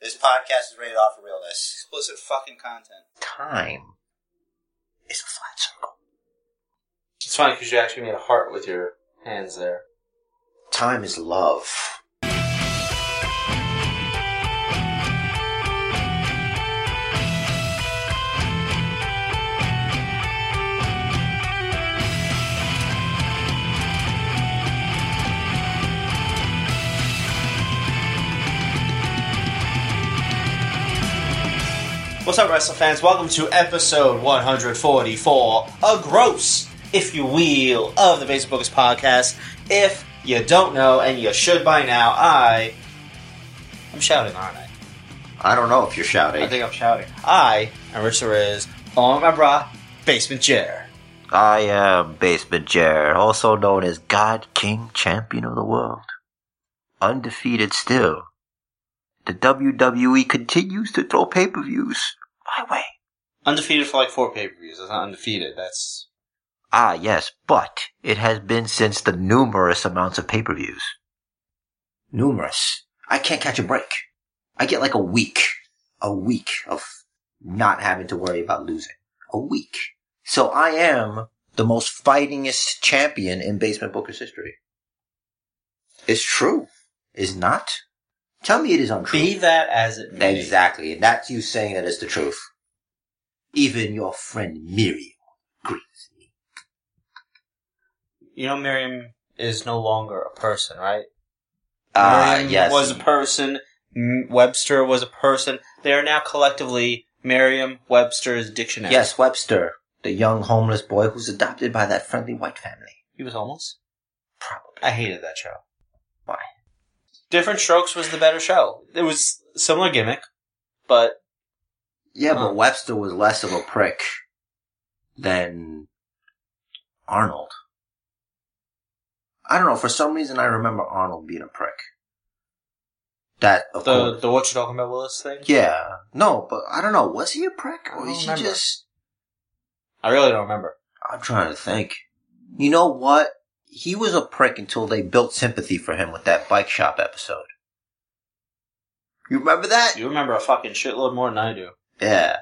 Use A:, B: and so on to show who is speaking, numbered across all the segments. A: This podcast is rated off for realness.
B: Explicit fucking content.
A: Time is a flat circle.
C: It's funny because you actually made a heart with your hands there.
A: Time is love.
D: What's up, wrestling fans? Welcome to episode 144, a gross, if you will, of the Basic Bookers podcast. If you don't know, and you should by now, I. I'm shouting, aren't I?
A: I don't know if you're shouting.
D: I think I'm shouting. I am Rich Riz on my bra, basement chair.
A: I am Basement Jared, also known as God King Champion of the World. Undefeated still. The WWE continues to throw pay per views my way.
D: Undefeated for like four pay per views. That's not undefeated. That's.
A: Ah, yes, but it has been since the numerous amounts of pay per views. Numerous. I can't catch a break. I get like a week. A week of not having to worry about losing. A week. So I am the most fightingest champion in Basement Booker's history. It's true. Is not? Tell me it is untrue.
D: Be that as it may.
A: Exactly, and that's you saying that it's the truth. Even your friend Miriam agrees with me.
D: You know, Miriam is no longer a person, right?
A: Ah,
D: Miriam
A: yes.
D: was a person. M- Webster was a person. They are now collectively Merriam-Webster's dictionary.
A: Yes, Webster, the young homeless boy who's adopted by that friendly white family.
D: he was homeless.
A: Probably.
D: I hated that show.
A: Why?
D: Different Strokes was the better show. It was similar gimmick, but
A: Yeah,
D: Huh.
A: but Webster was less of a prick than Arnold. I don't know, for some reason I remember Arnold being a prick. That, of
D: the
A: course.
D: the what you talking about Willis thing.
A: Yeah. No, but I don't know, was he a prick?
D: I
A: Or
D: don't
A: is he
D: remember.
A: just.
D: I really don't remember.
A: I'm trying to think. You know what? He was a prick until they built sympathy for him with that bike shop episode. You remember that?
D: You remember a fucking shitload more than I do.
A: Yeah.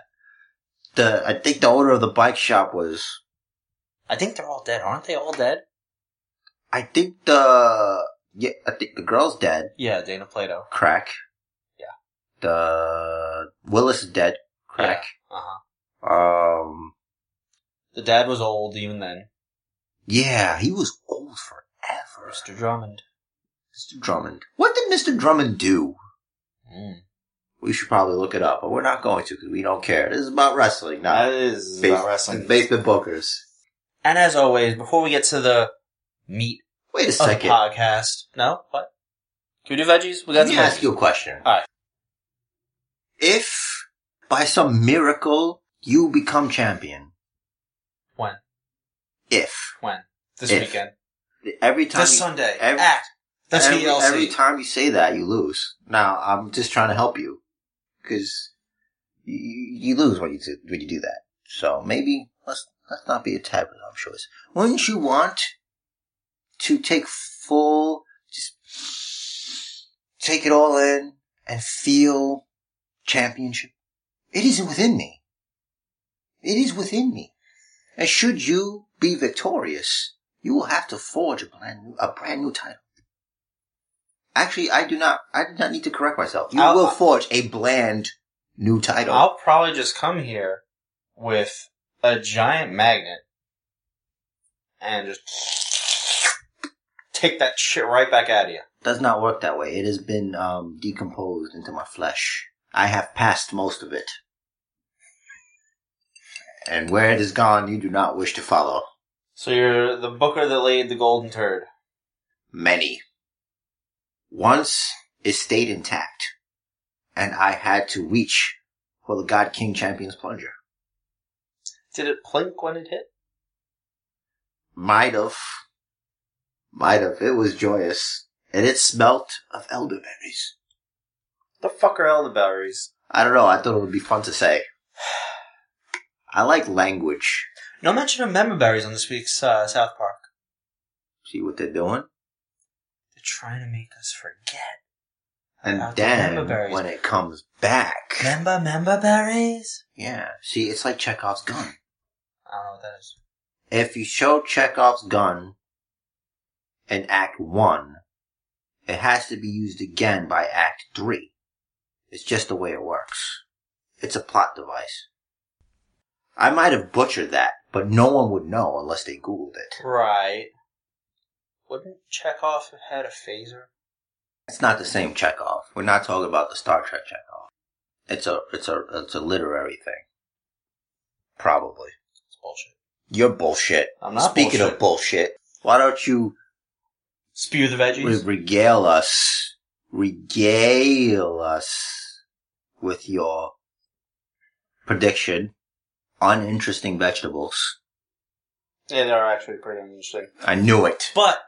A: The I think the owner of the bike shop was
D: I think they're all dead, aren't they? All dead?
A: I think the yeah I think the girl's dead.
D: Yeah, Dana Plato.
A: Crack.
D: Yeah.
A: The Willis is dead. Crack.
D: Uh huh.
A: Um.
D: The dad was old even then.
A: Yeah, he was old forever.
D: Mr. Drummond.
A: Mr. Drummond. What did Mr. Drummond do?
D: Mm.
A: We should probably look it up, but we're not going to because we don't care. This is about wrestling, not
D: is
A: base- Basement bookers.
D: And as always, before we get to the meat
A: Wait a
D: of the
A: second. Let
D: podcast, no, what? Can we do veggies? We got
A: me
D: some
A: ask
D: veggies.
A: you a question.
D: Alright.
A: If by some miracle you become champion,
D: When?
A: if
D: When? This
A: If.
D: weekend.
A: every time
D: This
A: you-
D: Sunday.
A: every-
D: at the
A: every,
D: TLC.
A: every time you say that you lose. Now I'm just trying to help you because you, you lose when you do, when you do that. So maybe let's let's not be a tad presumptuous. Wouldn't you want to take full, just take it all in and feel championship? It isn't within me. It is within me. And should you be victorious, you will have to forge a brand new, a brand new title. Actually, I do not. I do not need to correct myself. You
D: I'll-
A: will forge a bland new title.
D: I'll probably just come here with a giant magnet and just take that shit right back out of you.
A: does not work that way. It has been um, decomposed into my flesh. I have passed most of it. And where it is gone, you do not wish to follow.
D: So you're the booker that laid the golden turd.
A: Many. Once it stayed intact, and I had to reach for the God King Champion's plunger.
D: Did it plink when it hit?
A: Might have. Might have. It was joyous. And it smelt of elderberries.
D: The fuck are elderberries?
A: I don't know. I thought it would be fun to say. I like language.
D: No mention of member berries on this week's uh, South Park.
A: See what they're doing?
D: They're trying to make us forget
A: And
D: Out the member
A: then
D: berries.
A: when it comes back,
D: Member, member berries?
A: yeah. See, it's like Chekhov's gun.
D: I don't know what that is.
A: If you show Chekhov's gun in Act One, it has to be used again by Act Three. It's just the way it works. It's a plot device. I might have butchered that, but no one would know unless they Googled it.
D: Right. Wouldn't Chekhov have had a phaser?
A: It's not the same Chekhov. We're not talking about the Star Trek Chekhov. It's a it's a it's a literary thing. Probably.
D: It's bullshit.
A: You're bullshit.
D: I'm not
A: Speaking of bullshit, why don't you
D: Spew the veggies?
A: regale us, regale us with your prediction on interesting vegetables?
E: Yeah, they are actually pretty interesting.
A: I knew it.
D: But,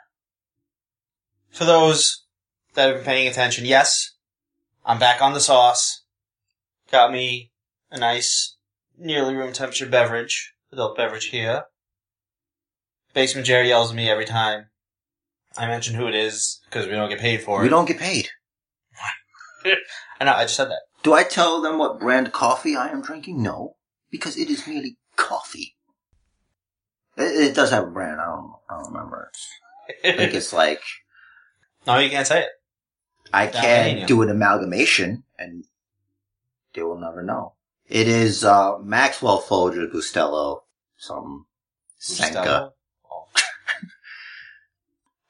D: for those that have been paying attention, yes, I'm back on the sauce. Got me a nice, nearly room temperature beverage, adult beverage here. Basement Jerry yells at me every time I mention who it is because we don't get paid for it.
A: We don't get paid.
D: I know, I just said that.
A: Do I tell them what brand coffee I am drinking? No, because it is merely coffee. It, it does have a brand. I don't. I don't remember. I think it's like
D: no, you can't say it.
A: I
D: Dalmatian.
A: can do an amalgamation, and they will never know. It is uh, Maxwell Folger Gustello, some Senka.
D: Stella. Oh.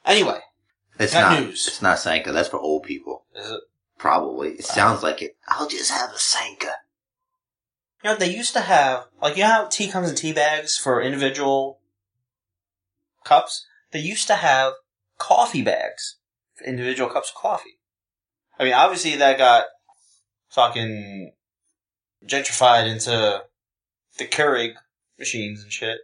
D: anyway,
A: It's
D: Got
A: not.
D: news.
A: It's not Senka. That's for old people,
D: is it,
A: probably. It sounds like it. I'll just have a Senka.
D: you know, they used to have, like, you know how tea comes in tea bags for individual cups? They used to have coffee bags for individual cups of coffee. I mean, obviously that got fucking gentrified into the Keurig machines and shit.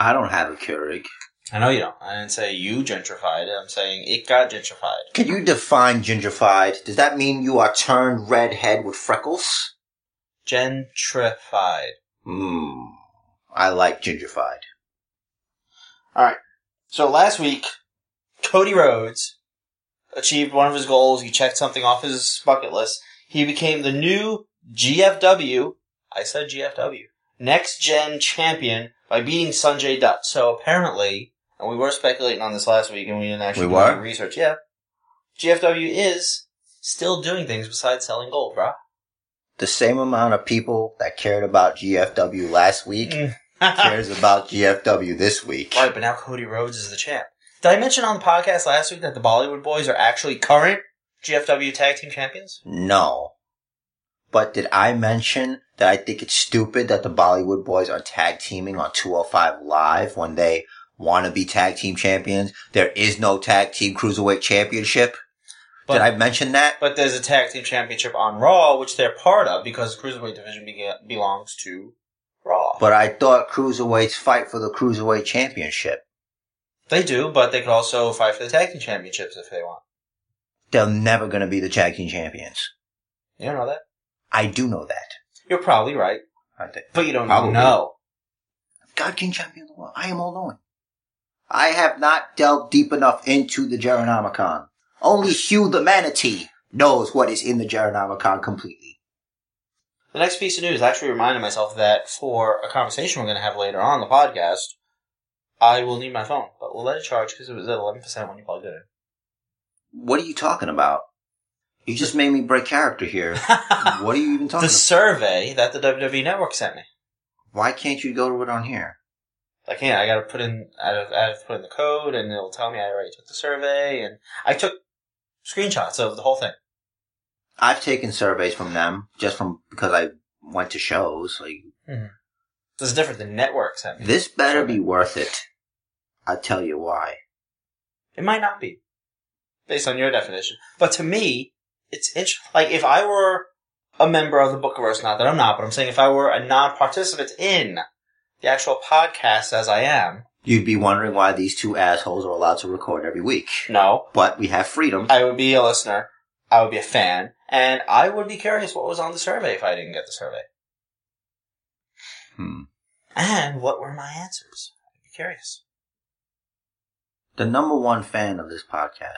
A: I don't have a Keurig.
D: I know you don't. I didn't say you gentrified it. I'm saying it got gentrified.
A: Can you define gingerfied? Does that mean you are turned redhead with freckles?
D: Gentrified.
A: Mmm. I like gingerfied.
D: So last week, Cody Rhodes achieved one of his goals. He checked something off his bucket list. He became the new GFW, I said GFW, next gen champion by beating Sanjay Dutt. So apparently, and we were speculating on this last week and we didn't actually
A: We
D: do
A: were?
D: any research. Yeah. GFW is still doing things besides selling gold, bro.
A: The same amount of people that cared about GFW last week
D: right,
A: cares about GFW this week.
D: but now Cody Rhodes is the champ. Did I mention on the podcast last week that the Bollywood boys are actually current GFW tag team champions?
A: No. But did I mention that I think it's stupid that the Bollywood boys are tag teaming on 205 Live when they want to be tag team champions? There is no tag team cruiserweight championship.
D: But-
A: did I mention that?
D: But there's a tag team championship on Raw, which they're part of because the cruiserweight division be- belongs to Raw.
A: But I thought cruiserweights fight for the cruiserweight championship.
D: they do, but they could also fight for the tag team championships if they want.
A: They're never going to be the tag team champions.
D: You don't know that?
A: I do know that.
D: You're probably right,
A: I think.
D: but you don't
A: Probably.
D: know.
A: God King Champion of the World. I am all knowing. I have not delved deep enough into the Geronomicon. Only Hugh the Manatee knows what is in the Geronomicon completely.
D: The next piece of news I actually reminded myself that for a conversation we're going to have later on the podcast, I will need my phone, but we'll let it charge because it was at 11% when you plugged it in.
A: What are you talking about? You just made me break character here. what are you even talking
D: the
A: about?
D: survey that the WWE Network sent me.
A: Why can't you go to it on here?
D: I can't. I gotta put in. I have, I have to put in the code, and it'll tell me I already took the survey, and I took screenshots of the whole thing.
A: I've taken surveys from them just from because I went to shows. Like
D: This is different than networks. I mean.
A: this better be worth it. I tell you why.
D: It might not be, based on your definition. But to me, it's int- like if I were a member of the Bookiverse, not that I'm not, but I'm saying if I were a non-participant in the actual podcast as I am,
A: You'd be wondering why these two assholes are allowed to record every week.
D: no,
A: But we have freedom.
D: I would be a listener. I would be a fan, and I would be curious what was on the survey if I didn't get the survey,
A: Hmm.
D: and what were my answers. I'd be curious.
A: the number one fan of this podcast.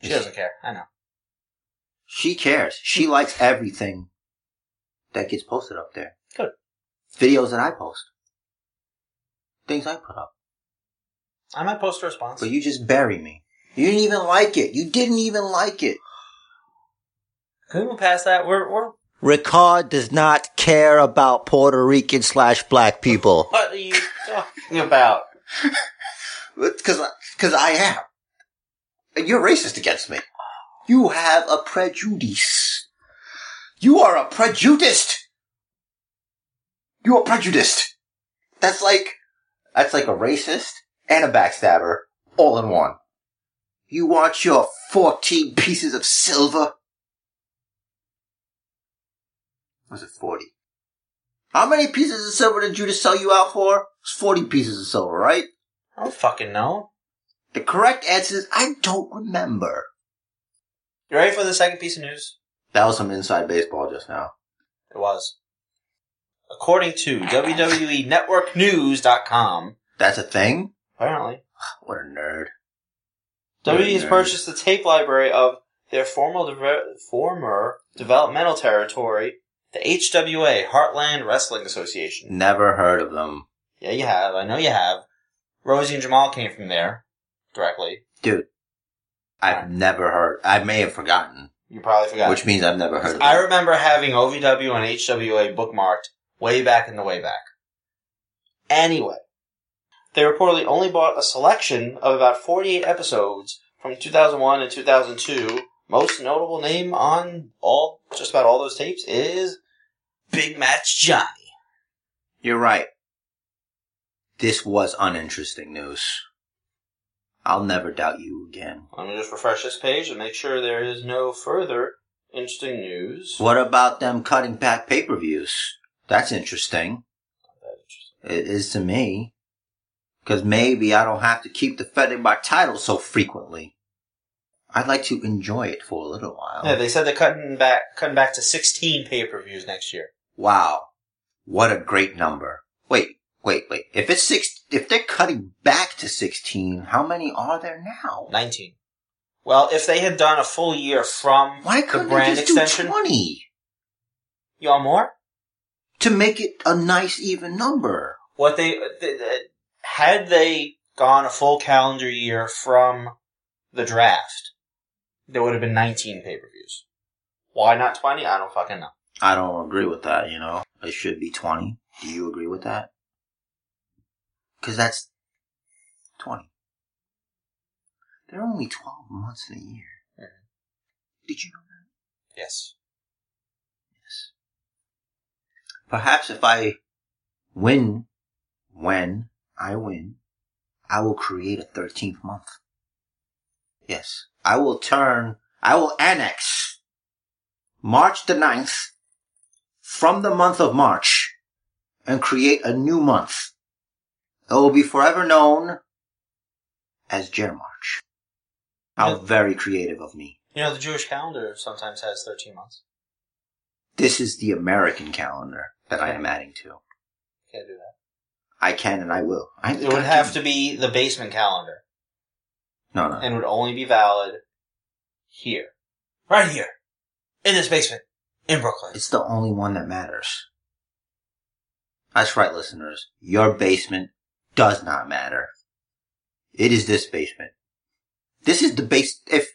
D: She doesn't care. I know.
A: She cares. She likes everything that gets posted up there.
D: Good.
A: Videos that I post. Things I put up.
D: I might post a response.
A: But you just bury me. You didn't even like it. You didn't even like it.
D: Can we move past that? We're we're
A: Ricard does not care about Puerto Rican slash black people.
D: what are you talking about?
A: Because because I am. And You're racist against me. You have a prejudice. You are a prejudiced. You are prejudiced. That's like that's like a racist and a backstabber all in one. You want your fourteen pieces of silver? Was it forty? How many pieces of silver did Judas sell you out for? It was forty pieces of silver, right?
D: I don't fucking know.
A: The correct answer is I don't remember.
D: You ready for the second piece of news?
A: That was some inside baseball just now.
D: It was. According to WWE Network News.com,
A: That's a thing?
D: apparently,
A: What a nerd.
D: WWE E has
A: Nerd.
D: purchased the tape library of their former, deve- former developmental territory, the HWA, Heartland Wrestling Association.
A: Never heard of them.
D: Yeah, you have. I know you have. Rosie and Jamal came from there directly.
A: Dude, I've never heard. I may have forgotten,
D: You probably forgot.
A: which means I've never heard of
D: I
A: them.
D: remember having OVW and HWA bookmarked way back in the way back. Anyway, they reportedly only bought a selection of about 48 episodes from 2001 and 2002. Most notable name on all, just about all those tapes is Big Match Johnny.
A: You're right. This was uninteresting news. I'll never doubt you again.
D: Let me just refresh this page and make sure there is no further interesting news.
A: What about them cutting back pay per views? That's interesting. It is to me. Because maybe I don't have to keep defending my title so frequently. I'd like to enjoy it for a little while.
D: Yeah, they said they're cutting back, cutting back to 16 pay-per-views next year.
A: wow. What a great number. Wait, wait, wait. If it's six, if they're cutting back to 16, how many are there now?
D: 19. Well, if they had done a full year from
A: Why
D: the
A: couldn't
D: brand
A: they just
D: extension,
A: do 20
D: you want more?
A: to make it a nice even number?
D: What they, th- th- had they gone a full calendar year from the draft, there would have been 19 pay-per-views. Why not 20? I don't fucking know.
A: I don't agree with that, you know. It should be 20. Do you agree with that? Cause that's 20. There are only 12 months in a year. Did you know that?
D: Yes.
A: Perhaps if I win, when I win, I will create a 13th month. Yes. I will turn, I will annex March the 9th from the month of March and create a new month. It will be forever known as Jer March. How
D: Yeah.
A: very creative of me.
D: You know, the Jewish calendar sometimes has 13 months.
A: This is the American calendar that I am adding to.
D: Can't do that.
A: I can and I will. I,
D: It would have to be the basement calendar
A: No, no.
D: and would only be valid here. Right here. In this basement. In Brooklyn.
A: It's the only one that matters. That's right, listeners. Your basement does not matter. It is this basement. This is the base. If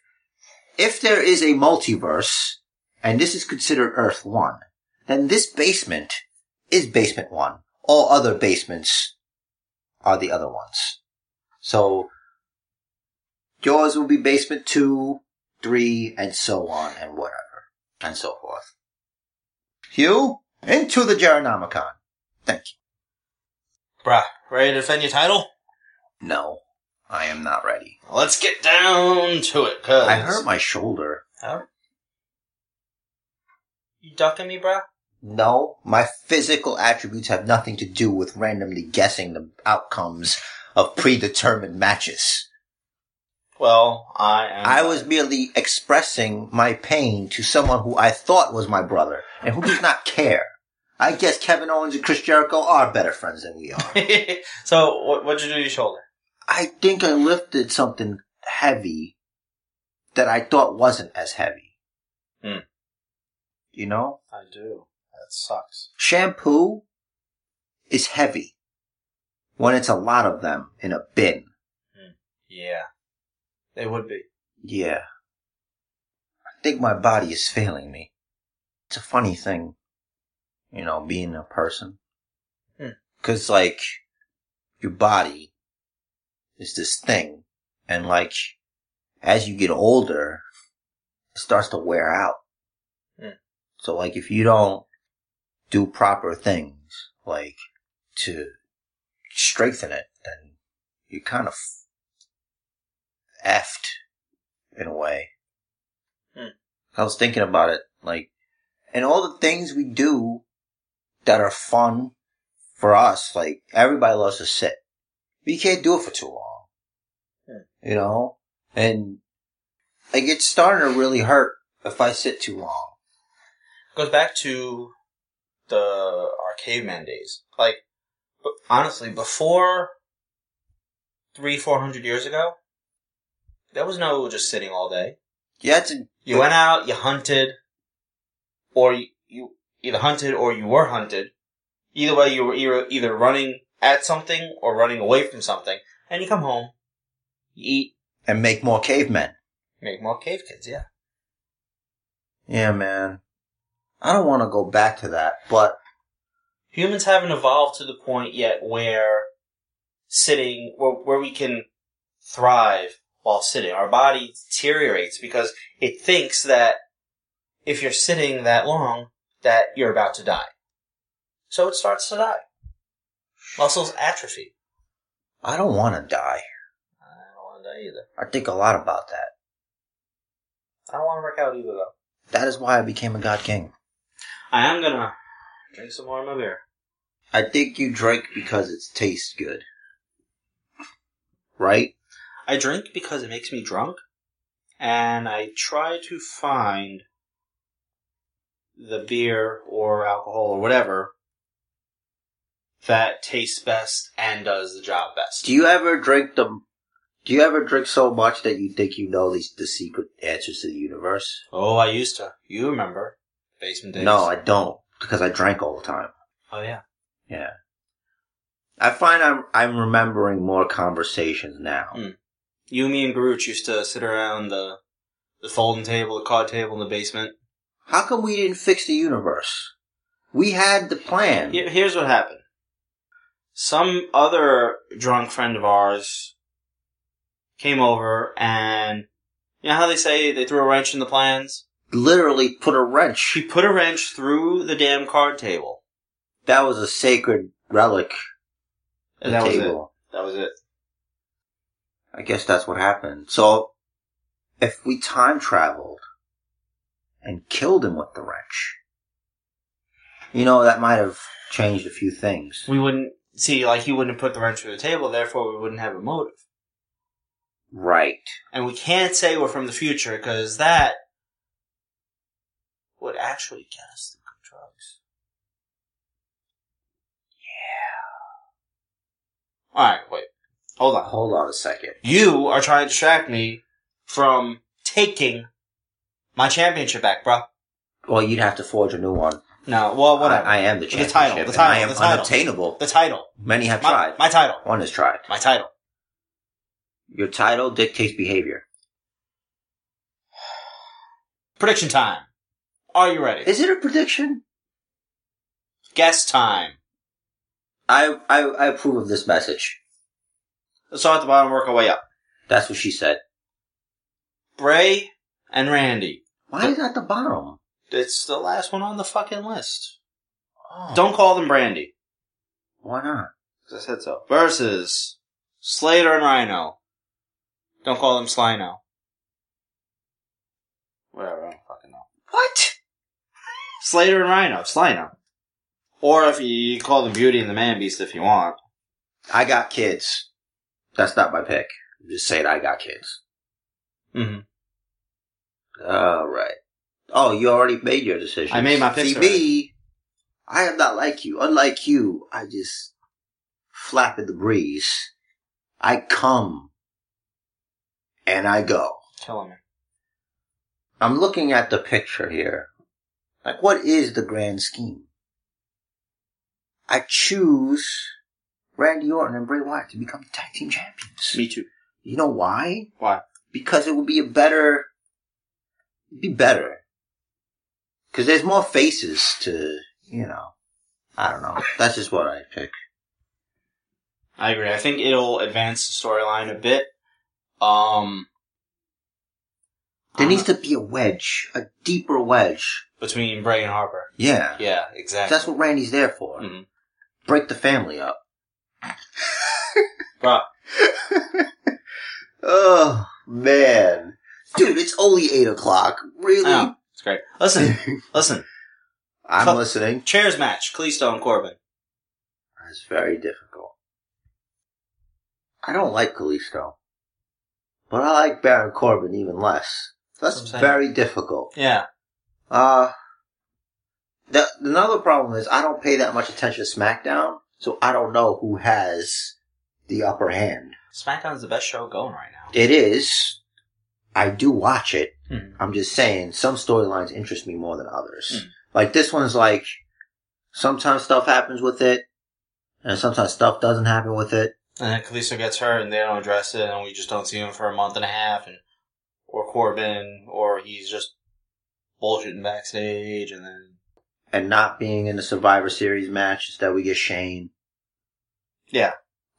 A: if there is a multiverse and this is considered Earth One, then this basement is Basement One. All other basements are the other ones. So yours will be Basement Two, Three, and so on, and whatever, and so forth. Hugh, into the Geronomicon. Thank
D: Bruh, ready to defend your title?
A: you. No, I am not ready.
D: Let's get down to it, cuz.
A: I hurt my shoulder.
D: Huh? You ducking me, bruh?
A: No, my physical attributes have nothing to do with randomly guessing the outcomes of predetermined matches.
D: Well, I am.
A: I was merely expressing my pain to someone who I thought was my brother and who does not care. I guess Kevin Owens and Chris Jericho are better friends than we are.
D: so, what, what'd you do to your shoulder?
A: I think I lifted something heavy that I thought wasn't as heavy.
F: Hmm.
A: You know,
F: I do. That sucks.
A: shampoo is heavy when it's a lot of them in a bin.
F: Yeah.
D: They would be.
A: Yeah. I think my body is failing me. It's a funny thing, you know, being a person.
D: Hmm.
A: Cause like, your body is this thing, and like, as you get older, it starts to wear out.
D: Hmm.
A: So like, if you don't do proper things, like, to strengthen it, then you're kind of effed in a way.
D: Hmm.
A: I was thinking about it, like, and all the things we do that are fun for us, like, everybody loves to sit. But you can't do it for too long. You know? And, like, it's starting to really hurt if I sit too long.
D: Goes back to the our caveman days. Like, b- honestly, before three, four hundred years ago, there was no just sitting all day.
A: Yeah, it's, a-
D: You went out, you hunted, or you, you either hunted or you were hunted. Either way, you were either, either running at something or running away from something. And you come home, you eat,
A: and make more cavemen.
D: make more cave kids, yeah.
A: Yeah, man. I don't want to go back to that, but,
D: Humans haven't evolved to the point yet where sitting, where, where we can thrive while sitting. Our body deteriorates because it thinks that if you're sitting that long, that you're about to die. So it starts to die. Muscles atrophy.
A: I don't want to die.
D: I don't want to die either.
A: I think a lot about that.
D: I don't want to work out either though.
A: That is why I became a god king.
D: I am gonna drink some more of my beer.
A: I think you drink because it tastes good. Right?
D: I drink because it makes me drunk, and I try to find the beer or alcohol or whatever that tastes best and does the job best.
A: Do you ever drink the do you ever drink so much that you think you know these the secret answers to the universe?
D: Oh, I used to. You remember basement days?
A: No, I don't because I drank all the time.
D: oh yeah.
A: Yeah. I find I'm I'm remembering more conversations now.
D: Mm. You, me, and Garuch used to sit around the the folding table, the card table in the basement.
A: How come we didn't fix the universe? We had the plan.
D: Here- Here's what happened. Some other drunk friend of ours came over and you know how they say they threw a wrench in the plans?
A: Literally put a wrench.
D: She put a wrench through the damn card table.
A: That was a sacred relic.
D: And
A: the
D: that was it.
A: table.
D: That was it.
A: I guess that's what happened. So, if we time traveled and killed him with the wrench, you know, that might have changed a few things.
D: We wouldn't see like he wouldn't put the wrench through the table, therefore we wouldn't have a motive.
A: Right.
D: And we can't say we're from the future because that would actually get us to good drugs. Yeah. Alright, wait. Hold on.
A: Uh, Hold on a second.
D: You are trying to distract me from taking my championship back, bruh.
A: Well, you'd have to forge a new one.
D: No, well, whatever.
A: I, I am the
D: Oh, The title,
A: championship.
D: the
A: and
D: title,
A: I am
D: the title.
A: unobtainable.
D: the title.
A: Many have
D: My,
A: tried.
D: my title.
A: one has tried.
D: My title.
A: Your title dictates behavior.
D: Prediction time. Are you ready?
A: Is it a prediction?
D: Guess time.
A: I, I, I approve of this message.
D: Let's start at the bottom, work our way up.
A: That's what she said.
D: Bray and Randy.
A: Why is that the bottom?
D: It's the last one on the fucking list.
A: Oh,
D: Don't call them Brandy.
A: Why not?
D: 'Cause I said so. Versus Slater and Rhino. Don't call them Slino. Whatever, I don't fucking know.
A: What?
D: Slater and Rhino, Slino. Or if you call them Beauty and the Man Beast if you want.
A: I got kids. That's not my pick. I'm just saying I got kids.
D: Mm-hmm.
A: All right. Oh, you already made your decision.
D: I made my picks
A: See me, I am not like you. Unlike you, I just flap in the breeze. I come and I go.
D: Killing me.
A: I'm looking at the picture here. Like, what is the grand scheme? I choose Randy Orton and Bray Wyatt to become tag team champions.
D: Me too.
A: You know why?
D: Why?
A: Because it would be a better, it'd be better. Cause there's more faces to, you know, I don't know. That's just what I pick.
D: I agree. I think it'll advance the storyline a bit. Um,
A: There
D: I'm
A: needs
D: not-
A: to be a wedge, a deeper wedge.
D: between Bray and Harper.
A: Yeah.
D: Yeah, exactly.
A: That's what Randy's there for.
D: Mhm.
A: Break the family up.
D: Bruh.
A: oh, man. Dude, it's only 8 o'clock. Really?
D: Oh, it's great. Listen, listen.
A: I'm
D: Oh. Fuck.
A: listening.
D: Chairs match. Cleystone Corbin.
A: That's very difficult. I don't like Kalisto. But I like Baron Corbin even less.
D: That's
A: That's
D: what I'm saying.
A: very difficult.
D: Yeah.
A: Uh, the, another problem is I don't pay that much attention to SmackDown, so I don't know who has the upper hand.
D: SmackDown's the best show going right now.
A: It is. I do watch it.
D: Hmm.
A: I'm just saying some storylines interest me more than others. Like this one's like sometimes stuff happens with it, and sometimes stuff doesn't happen with it.
D: And then Kalisto gets hurt and they don't address it and we just don't see him for a month and a half and or Corbin or he's just bullshitting backstage and then
A: And not being in the Survivor Series match instead we get Shane.
D: Yeah.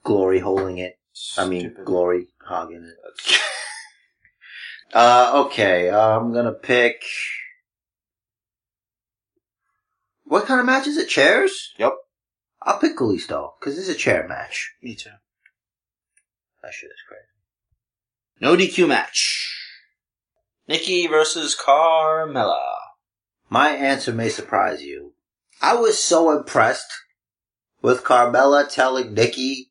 A: Glory holding it. I mean
D: Stupid.
A: Glory hogging it. Uh, okay, I'm gonna pick. What kind of match is it? Chairs?
D: Yep.
A: I'll pick Kalisto, because it's a chair match.
D: Me too.
A: That shit is crazy.
D: No DQ match. Nikki versus Carmella.
A: My answer may surprise you. I was so impressed with Carmella telling Nikki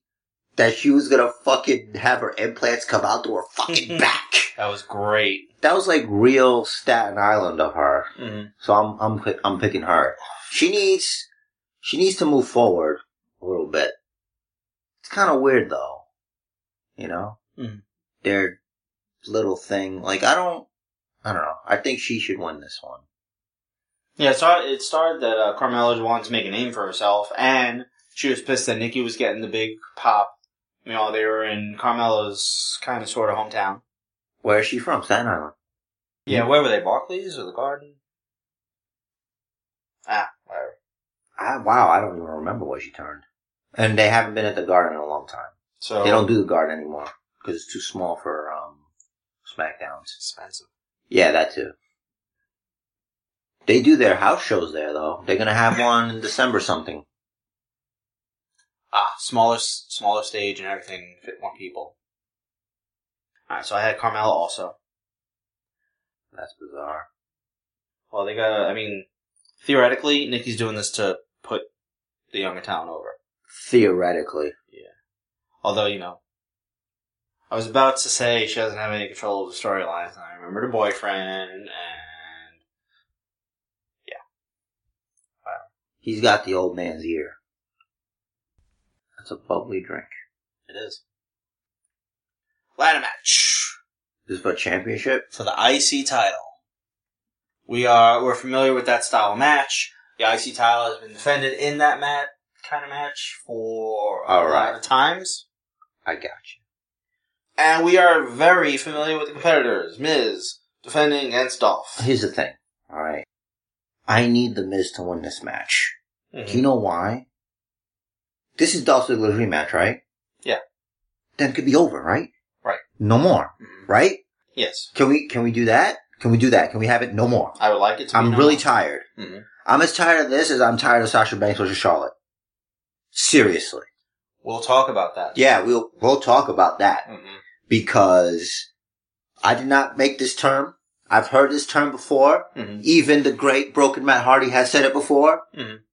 A: that she was gonna fucking have her implants come out through her fucking back.
D: That was great.
A: That was like real Staten Island of her.
D: Mm-hmm.
A: So I'm I'm pick- I'm picking her. She needs she needs to move forward a little bit. It's kind of weird though, you know.
D: Mhm.
A: Their little thing, like I don't, I don't know. I think she should win this one.
D: Yeah, it started, it started that uh, Carmella wanted to make a name for herself and she was pissed that Nikki was getting the big pop. You know, they were in Carmella's kind of sort of hometown.
A: Where is she from? Staten Island.
D: Yeah,
A: Mm-hmm.
D: where were they? Barclays or the Garden? Ah, whatever.
A: I, wow, I don't even remember where she turned. And they haven't been at the Garden in a long time.
D: So
A: They don't do the Garden anymore because it's too small for um Smackdowns.
D: expensive.
A: Yeah, that too. They do their house shows there though. They're gonna have one in December something.
D: Ah, smaller, s- smaller stage and everything fit more people. All right, so I had Carmella also.
A: That's bizarre.
D: Well, they got. I mean, theoretically, Nikki's doing this to put the younger talent over.
A: Theoretically.
D: Although you know, I was about to say she doesn't have any control of the storylines. and I remembered her boyfriend, and
A: He's got the old man's ear. That's a bubbly drink.
D: it is ladder match.
A: This is for a championship?
D: for the IC title. We are we're familiar with that style of match. The IC title has been defended in that mat kind of match for a
A: All
D: lot
A: right.
D: of times,
A: I got you.
D: and we are very familiar with the competitors. Miz defending against Dolph.
A: Here's the thing. Alright. I need the Miz to win this match. Do you
D: Mhm.
A: know why? This is Dolph Ziggler's rematch, right?
D: Yeah.
A: Then it could be over, right?
D: Right.
A: No more,
D: Mhm.
A: right?
D: Yes,
A: Can we, can we do that? Can we do that? Can we have it no more?
D: I would like it to. be
A: I'm
D: known.
A: really tired.
D: Mhm.
A: I'm as tired of this as I'm tired of Sasha Banks versus Charlotte. Seriously.
D: We'll talk about that.
A: Yeah, we'll, we'll talk about that.
D: Mhm.
A: because I did not make this term. I've heard this term before.
D: Mhm.
A: Even the great Broken Matt Hardy has said it before.
D: Mhm.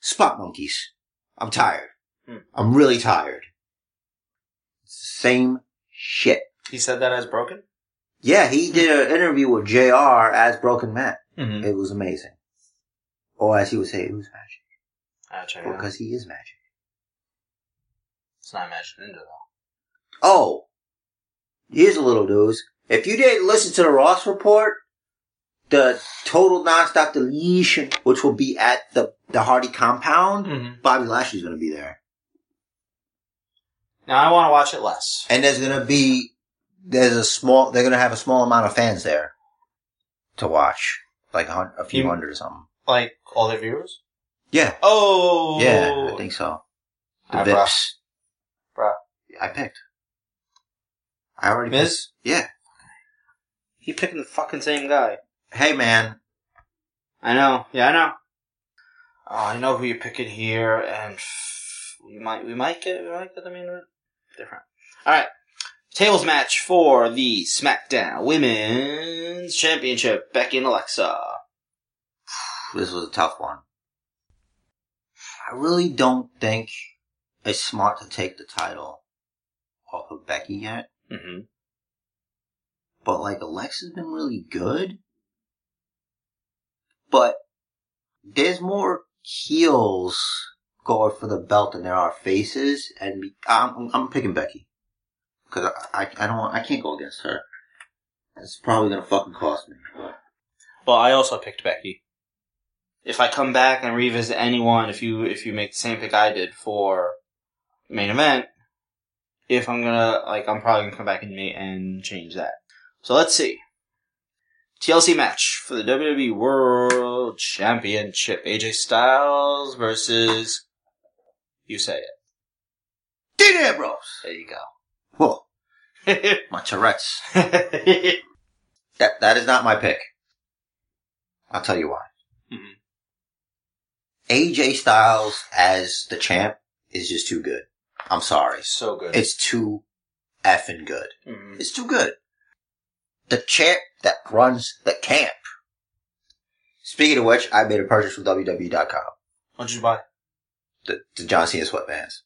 A: Spot monkeys. I'm tired.
D: Mm.
A: I'm really tired. Same shit.
D: He said that as broken.
A: Yeah, he did an interview with JR as Broken Matt.
D: Mm-hmm.
A: It was amazing. Or as he would say, it was magic.
D: I'll Ah, check it out.
A: Because he is magic.
D: It's not matched into though.
A: Oh, here's a little news. If you didn't listen to the Ross report, the total nonstop deletion, which will be at the, the Hardy compound,
D: Mhm.
A: Bobby Lashley's gonna be there.
D: Now I want to watch it less.
A: And there's gonna be, there's a small, they're gonna have a small amount of fans there to watch. Like a, hun- a few
D: You-
A: hundred or something.
D: Like all their viewers.
A: Yeah.
D: Oh,
A: Yeah, I think so. The
D: Ah, bruh.
A: Vips.
D: Bruh.
A: I picked. I already
D: Miz.
A: picked- Yeah.
D: He picking the fucking same guy.
A: Hey man,
D: I know. Yeah, I know. Oh, I know who you're picking here, and f- we might we might get we might get the main event. Different. All right. Tables match for the SmackDown Women's Championship. Becky and Alexa.
A: this was a tough one. I really don't think it's smart to take the title off of Becky yet,
D: Mm-hmm.
A: but like Alexa's been really good. But there's more heels going for the belt than there are faces, and be- I'm, I'm picking Becky because I, I I don't want, I can't go against her. It's probably gonna fucking cost me.
D: Well, I also picked Becky. If I come back and revisit anyone, if you if you make the same pick I did for main event, if I'm gonna like, I'm probably gonna come back and ma- and change that. So let's see. TLC match for the WWE World Championship: AJ Styles versus you say it.
A: Dean Ambrose.
D: There you
A: Whoa,
D: go.
A: my Tourette's. That that is not my pick. I'll tell you why.
D: Mhm.
A: AJ Styles as the champ is just too good. I'm sorry.
D: so good.
A: It's too effing good.
D: Mhm.
A: It's too good. The champ that runs the camp. Speaking of which, I made a purchase from WWE.com.
D: What'd you buy?
A: E The, the John Cena sweatbands.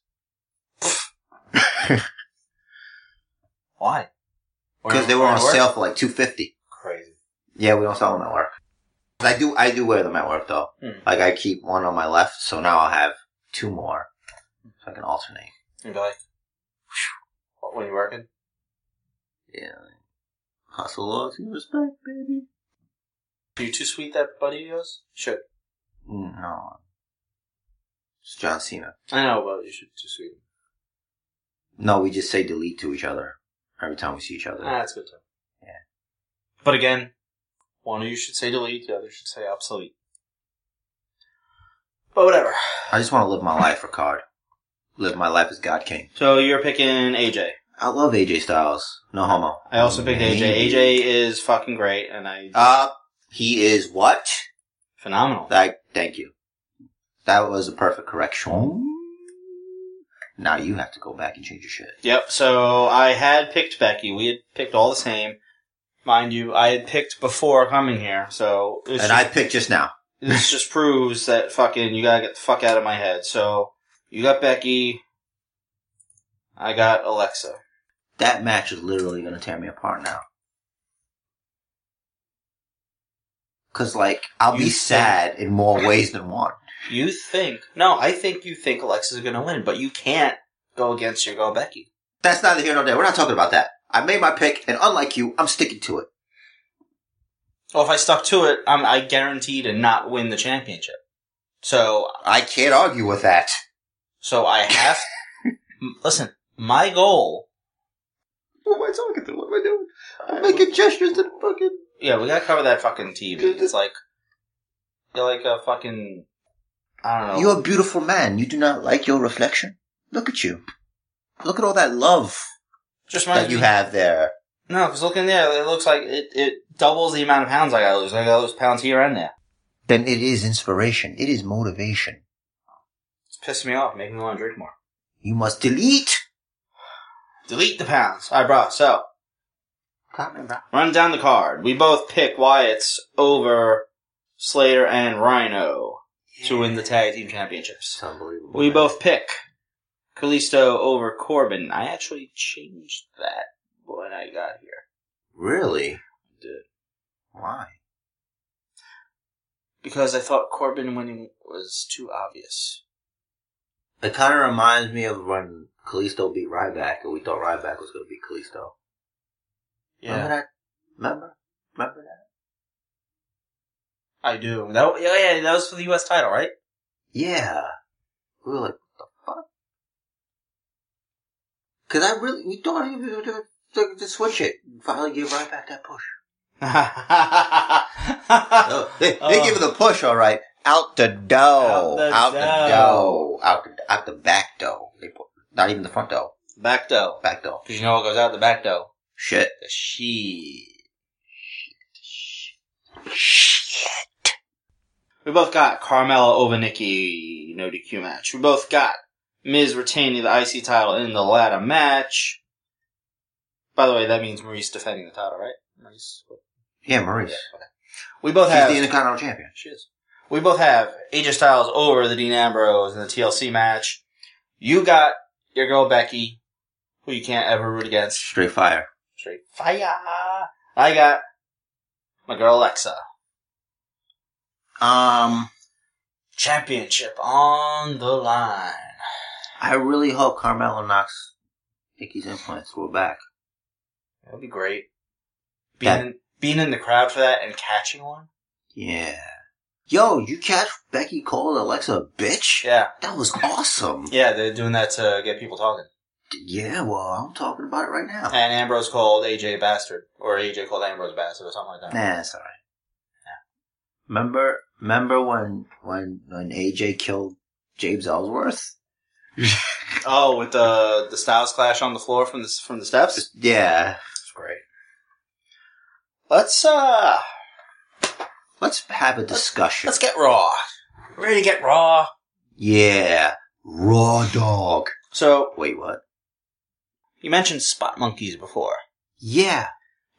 D: Why?
A: Because they were on sale for like 250
D: Crazy.
A: Yeah, we don't sell them at work. I do, I do wear them at work though.
D: Hmm.
A: Like I keep one on my left, so now I'll have two more, so I can alternate.
D: You'd be like, what were you working?
A: Hustle laws and respect, baby.
D: You too sweet, that buddy of yours? Should.
A: Mm, No, it's John Cena.
D: I know, but you should too sweet.
A: No, we just say delete to each other every time we see each other.
D: Ah, that's good time.
A: Yeah.
D: But again, one of you should say delete, the other should say obsolete. But whatever.
A: I just want to live my life, Ricard. Live my life as God King.
D: So you're picking AJ.
A: I love AJ Styles. No homo.
D: I also picked AJ.
A: Maybe.
D: AJ is fucking great, and I
A: Uh, he is what?
D: phenomenal.
A: That, thank you. That was a perfect correction. Now you have to go back and change your shit.
D: Yep. So I had picked Becky. We had picked all the same, mind you. I had picked before coming here, so it's just-
A: and I picked just now.
D: this just proves that fucking you gotta get the fuck out of my head. So you got Becky, I got Alexa.
A: That match is literally gonna tear me apart now. Cause like, I'll
D: You
A: be
D: think-
A: sad in more ways than one.
D: You think? No, I think you think Alexa's gonna win, but you can't go against your girl Becky.
A: That's neither here nor there. We're not talking about that. I made my pick, and unlike you, I'm sticking to it.
D: Well, if I stuck to it, I'm, I guarantee to not win the championship. So,
A: I can't argue with that.
D: so I have. M- listen, my goal.
A: What am I talking to? What am I doing? I'm
D: making
A: gestures to the fucking.
D: Yeah, we gotta cover that fucking TV. It's like you're like a fucking. I don't know.
A: You're a beautiful man. You do not like your reflection? Look at you. Look at all that love
D: just reminds
A: that you
D: me-
A: have there.
D: No, because looking there, it looks like it, it doubles the amount of pounds I gotta lose. I gotta lose pounds here and there.
A: Then it is inspiration. It is motivation.
D: It's pissing me off, making me want to drink more.
A: You must delete.
D: Delete the pounds. Alright, bro, so, run down the card. We both pick Wyatt's over Slater and Rhino to win the tag team championships.
A: unbelievable.
D: We both pick Kalisto over Corbin. I actually changed that when I got here.
A: really
D: Did.
A: why?
D: Because I thought Corbin winning was too obvious.
A: It kind of reminds me of when Kalisto beat Ryback, and we thought Ryback was going to beat Kalisto. Remember that? Remember? Remember that?
D: I do. That, yeah, yeah, that was for the U.S. title, right?
A: Yeah. We were like, what the fuck? Cause I really, we thought he was gonna- to, to switch it. Finally gave right back that push.
D: oh,
A: No, they, they
D: Oh.
A: give it a push, alright. Out the dough.
D: Out the
A: Out the
D: dough.
A: dough. Out the, out the back dough. They put, not even the front dough.
D: back though.
A: Back dough.
D: Because you know what goes out the back though.
A: Shit.
D: The she. We both got Carmella over Nikki, no DQ match. We both got Miz retaining the IC title in the ladder match. By the way, that means Maurice defending the title, right? Maurice.
A: Yeah, Maurice.
D: We both
A: She's
D: have.
A: the Intercontinental Champion.
D: She is. We both have AJ Styles over the Dean Ambrose in the TLC match. You got your girl Becky, who you can't ever root against.
A: Straight fire.
D: Straight fire. I got my girl Alexa.
A: Um,
D: Championship on the line.
A: I really hope Carmelo knocks Nikki's influence through her back.
D: That would be great. Being, in, being in the crowd for that and catching one.
A: Yeah. Yo, you catch Becky Cole and Alexa a bitch?
D: Yeah.
A: That was awesome.
D: Yeah, they're doing that to get people talking.
A: Yeah, well, I'm talking about it right now. Nah,
D: And Ambrose called AJ a bastard. Or AJ called Ambrose a bastard or something like that.
A: that's alright. Remember, remember when, when, when AJ killed James Ellsworth?
D: Oh, with the the Styles clash on the floor from the, s- from the steps?
A: Yeah.
D: That's great. Let's, uh,
A: Let's have a discussion.
D: let's get raw. Ready to get raw.
A: Yeah. Raw dog.
D: So,
A: Wait, what?
D: you mentioned spot monkeys before.
A: Yeah.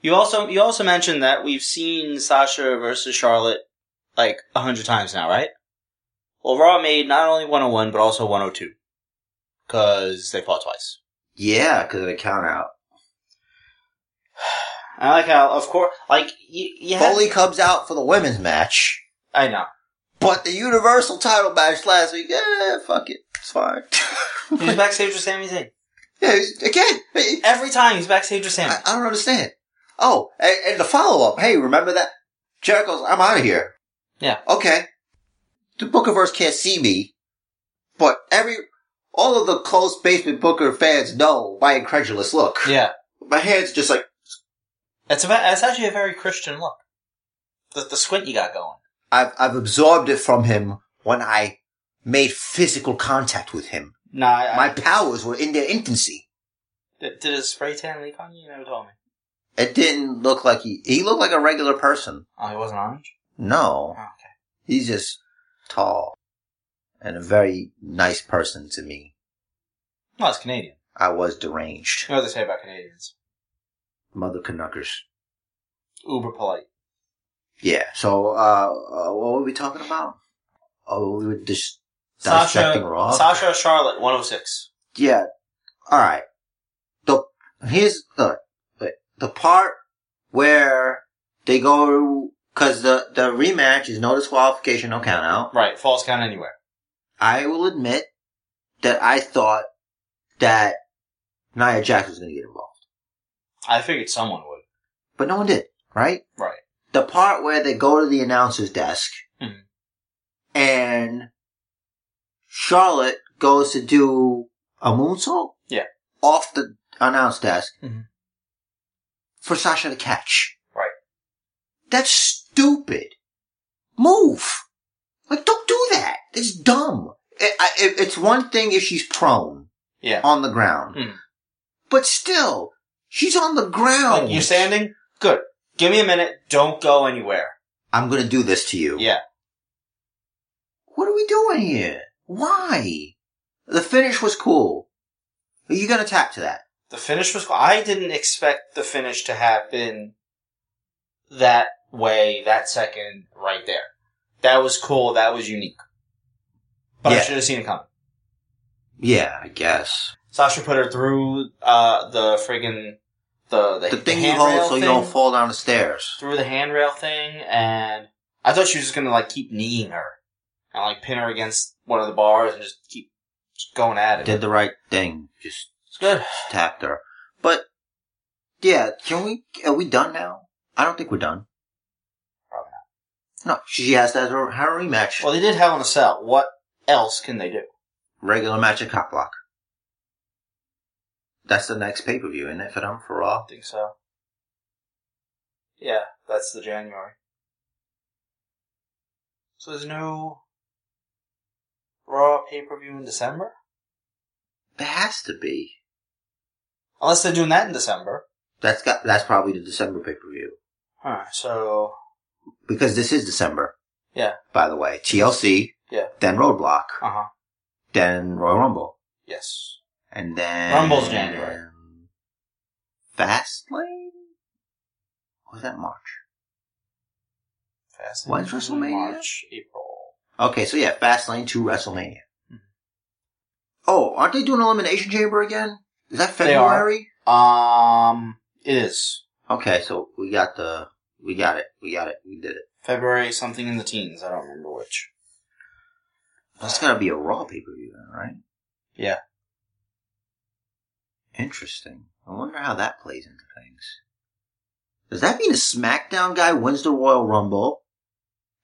D: You also you also mentioned that we've seen Sasha versus Charlotte like a hundred times now, right? Well, Raw made not only 101 but also 102 because they fought twice.
A: Yeah, cause of the count out.
D: I like how, of course, like you, you had-
A: Foley comes out for the women's match.
D: I know
A: But the Universal title match last week, yeah, fuck it. It's fine.
D: he was backstage with Sami Zayn
A: yeah, it's- again, it-
D: every time. He's backstage with Sami.
A: I, I don't understand. Oh, and, and the follow up. Hey, remember that? Jericho's, I'm out of here.
D: Yeah.
A: Okay. The Bookerverse can't see me, but every, all of the close basement Booker fans know my incredulous look.
D: Yeah,
A: My hand's just like,
D: that's about. That's actually a very Christian look. The, the squint you got going.
A: I've, I've absorbed it from him when I made physical contact with him.
D: Nah, I,
A: My powers were in their infancy.
D: did, did his spray tan leak on you? You never told me.
A: It didn't look like he. He looked like a regular person.
D: Oh, he wasn't orange. Oh,
A: No,
D: okay.
A: he's just tall and a very nice person to me.
D: Well, it's Canadian.
A: I was deranged.
D: You know what they say about Canadians?
A: Mother Canuckers.
D: Uber polite.
A: Yeah. So, uh, uh, what were we talking about? Oh, we were just dissecting
D: Sasha,
A: Raw.
D: Sasha Charlotte, 106.
A: Yeah. All right. The here's the wait, the part where they go because the the rematch is no disqualification, no count out.
D: Right, false count anywhere.
A: I will admit that I thought that Nia Jax was going to get involved,
D: I figured someone would.
A: but no one did, right?
D: Right.
A: The part where they go to the announcer's desk
D: Mhm.
A: and Charlotte goes to do a moonsault?
D: Yeah.
A: Off the announce desk
D: Mhm.
A: for Sasha to catch.
D: Right.
A: That's stupid. Move. Like, don't do that. It's dumb. It, I, it, it's one thing if she's prone
D: Yeah.
A: on the ground,
D: Mhm.
A: but still, she's on the ground.
D: Like, you standing? Good. Give me a minute. Don't go anywhere.
A: I'm going to do this to you.
D: Yeah.
A: What are we doing here? Why? The finish was cool. You got to tap to that.
D: The finish was. I didn't expect the finish to happen that way, that second, right there. That was cool. That was unique. But I
A: Yeah.
D: should have seen it coming.
A: Yeah, I guess.
D: Sasha put her through uh, the friggin' the the,
A: The
D: the
A: thing you
D: handrail
A: hold so you don't
D: thing.
A: fall down the stairs.
D: through the handrail thing, and I thought she was just gonna like keep kneeing her and like pin her against one of the bars and just keep just going at it.
A: Did the right thing. Just
D: It's good.
A: tapped her. But, yeah, can we, are we done now? I don't think we're done. No, she has to have her, her rematch.
D: Well, they did Hell in a Cell. What else can they do?
A: Regular match at Cock Block. That's the next pay per view, isn't it, for them, for Raw?
D: I think so. Yeah, that's the January. So there's no Raw pay per view in December?
A: There has to be.
D: Unless they're doing that in December.
A: That's got, that's probably the December pay per view.
D: Huh, so.
A: Because this is December.
D: Yeah.
A: By the way, TLC.
D: Yeah.
A: Then Roadblock.
D: Uh huh.
A: Then Royal Rumble.
D: Yes.
A: And then.
D: Rumble's January.
A: Fastlane? Or is that March?
D: Fast
A: When's WrestleMania?
D: March, April.
A: Okay, so yeah, Fastlane to WrestleMania.
D: Mhm.
A: Oh, aren't they doing Elimination Chamber again? Is that
D: They are.
A: February?
D: Um, it is.
A: Okay, so we got the, we got it, we got it, we did it.
D: February something in the teens. I don't remember which.
A: That's gotta be a Raw pay per view then, right?
D: Yeah.
A: Interesting. I wonder how that plays into things. Does that mean a SmackDown guy wins the Royal Rumble,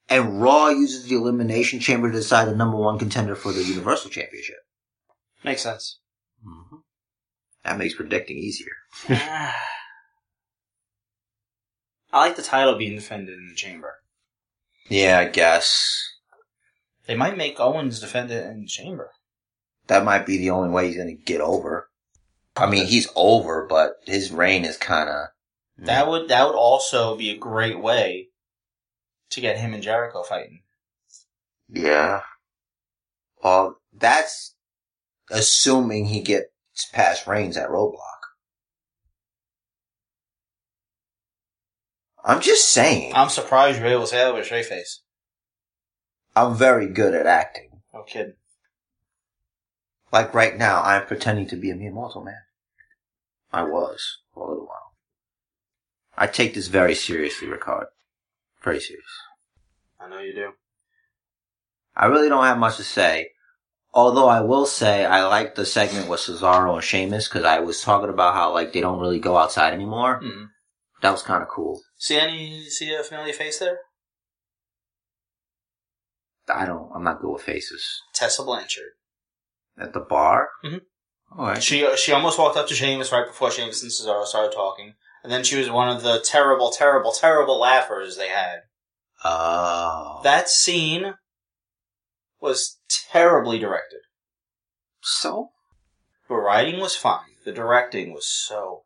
A: and Raw uses the Elimination Chamber to decide the number one contender for the Universal Championship?
D: Makes sense.
A: Mm-hmm. That makes predicting easier.
D: I like the title being defended in the chamber.
A: Yeah, I guess.
D: They might make Owens defend it in the chamber.
A: That might be the only way he's going to get over. I mean, he's over, but his reign is kind of.
D: That would that would also be a great way to get him and Jericho fighting.
A: Yeah. Well, that's assuming he gets past Reigns at Roadblock. I'm just saying.
D: I'm surprised you were able to say that with a straight face.
A: I'm very good at acting.
D: No kidding.
A: Like right now, I'm pretending to be a mere mortal man. I was for a little while. I take this very seriously, Ricard. Very serious.
D: I know you do.
A: I really don't have much to say. Although I will say I like the segment with Cesaro and Sheamus because I was talking about how like they don't really go outside anymore.
D: hmm
A: That was kind of cool.
D: See any see a familiar face there?
A: I don't. I'm not good with faces
D: Tessa Blanchard.
A: at the bar.
D: Mhm.
A: All right.
D: She she almost walked up to Sheamus right before Sheamus and Cesaro started talking, and then she was one of the terrible, terrible, terrible laughers they had.
A: Oh,
D: That scene was terribly directed.
A: so
D: The writing was fine. The directing was so.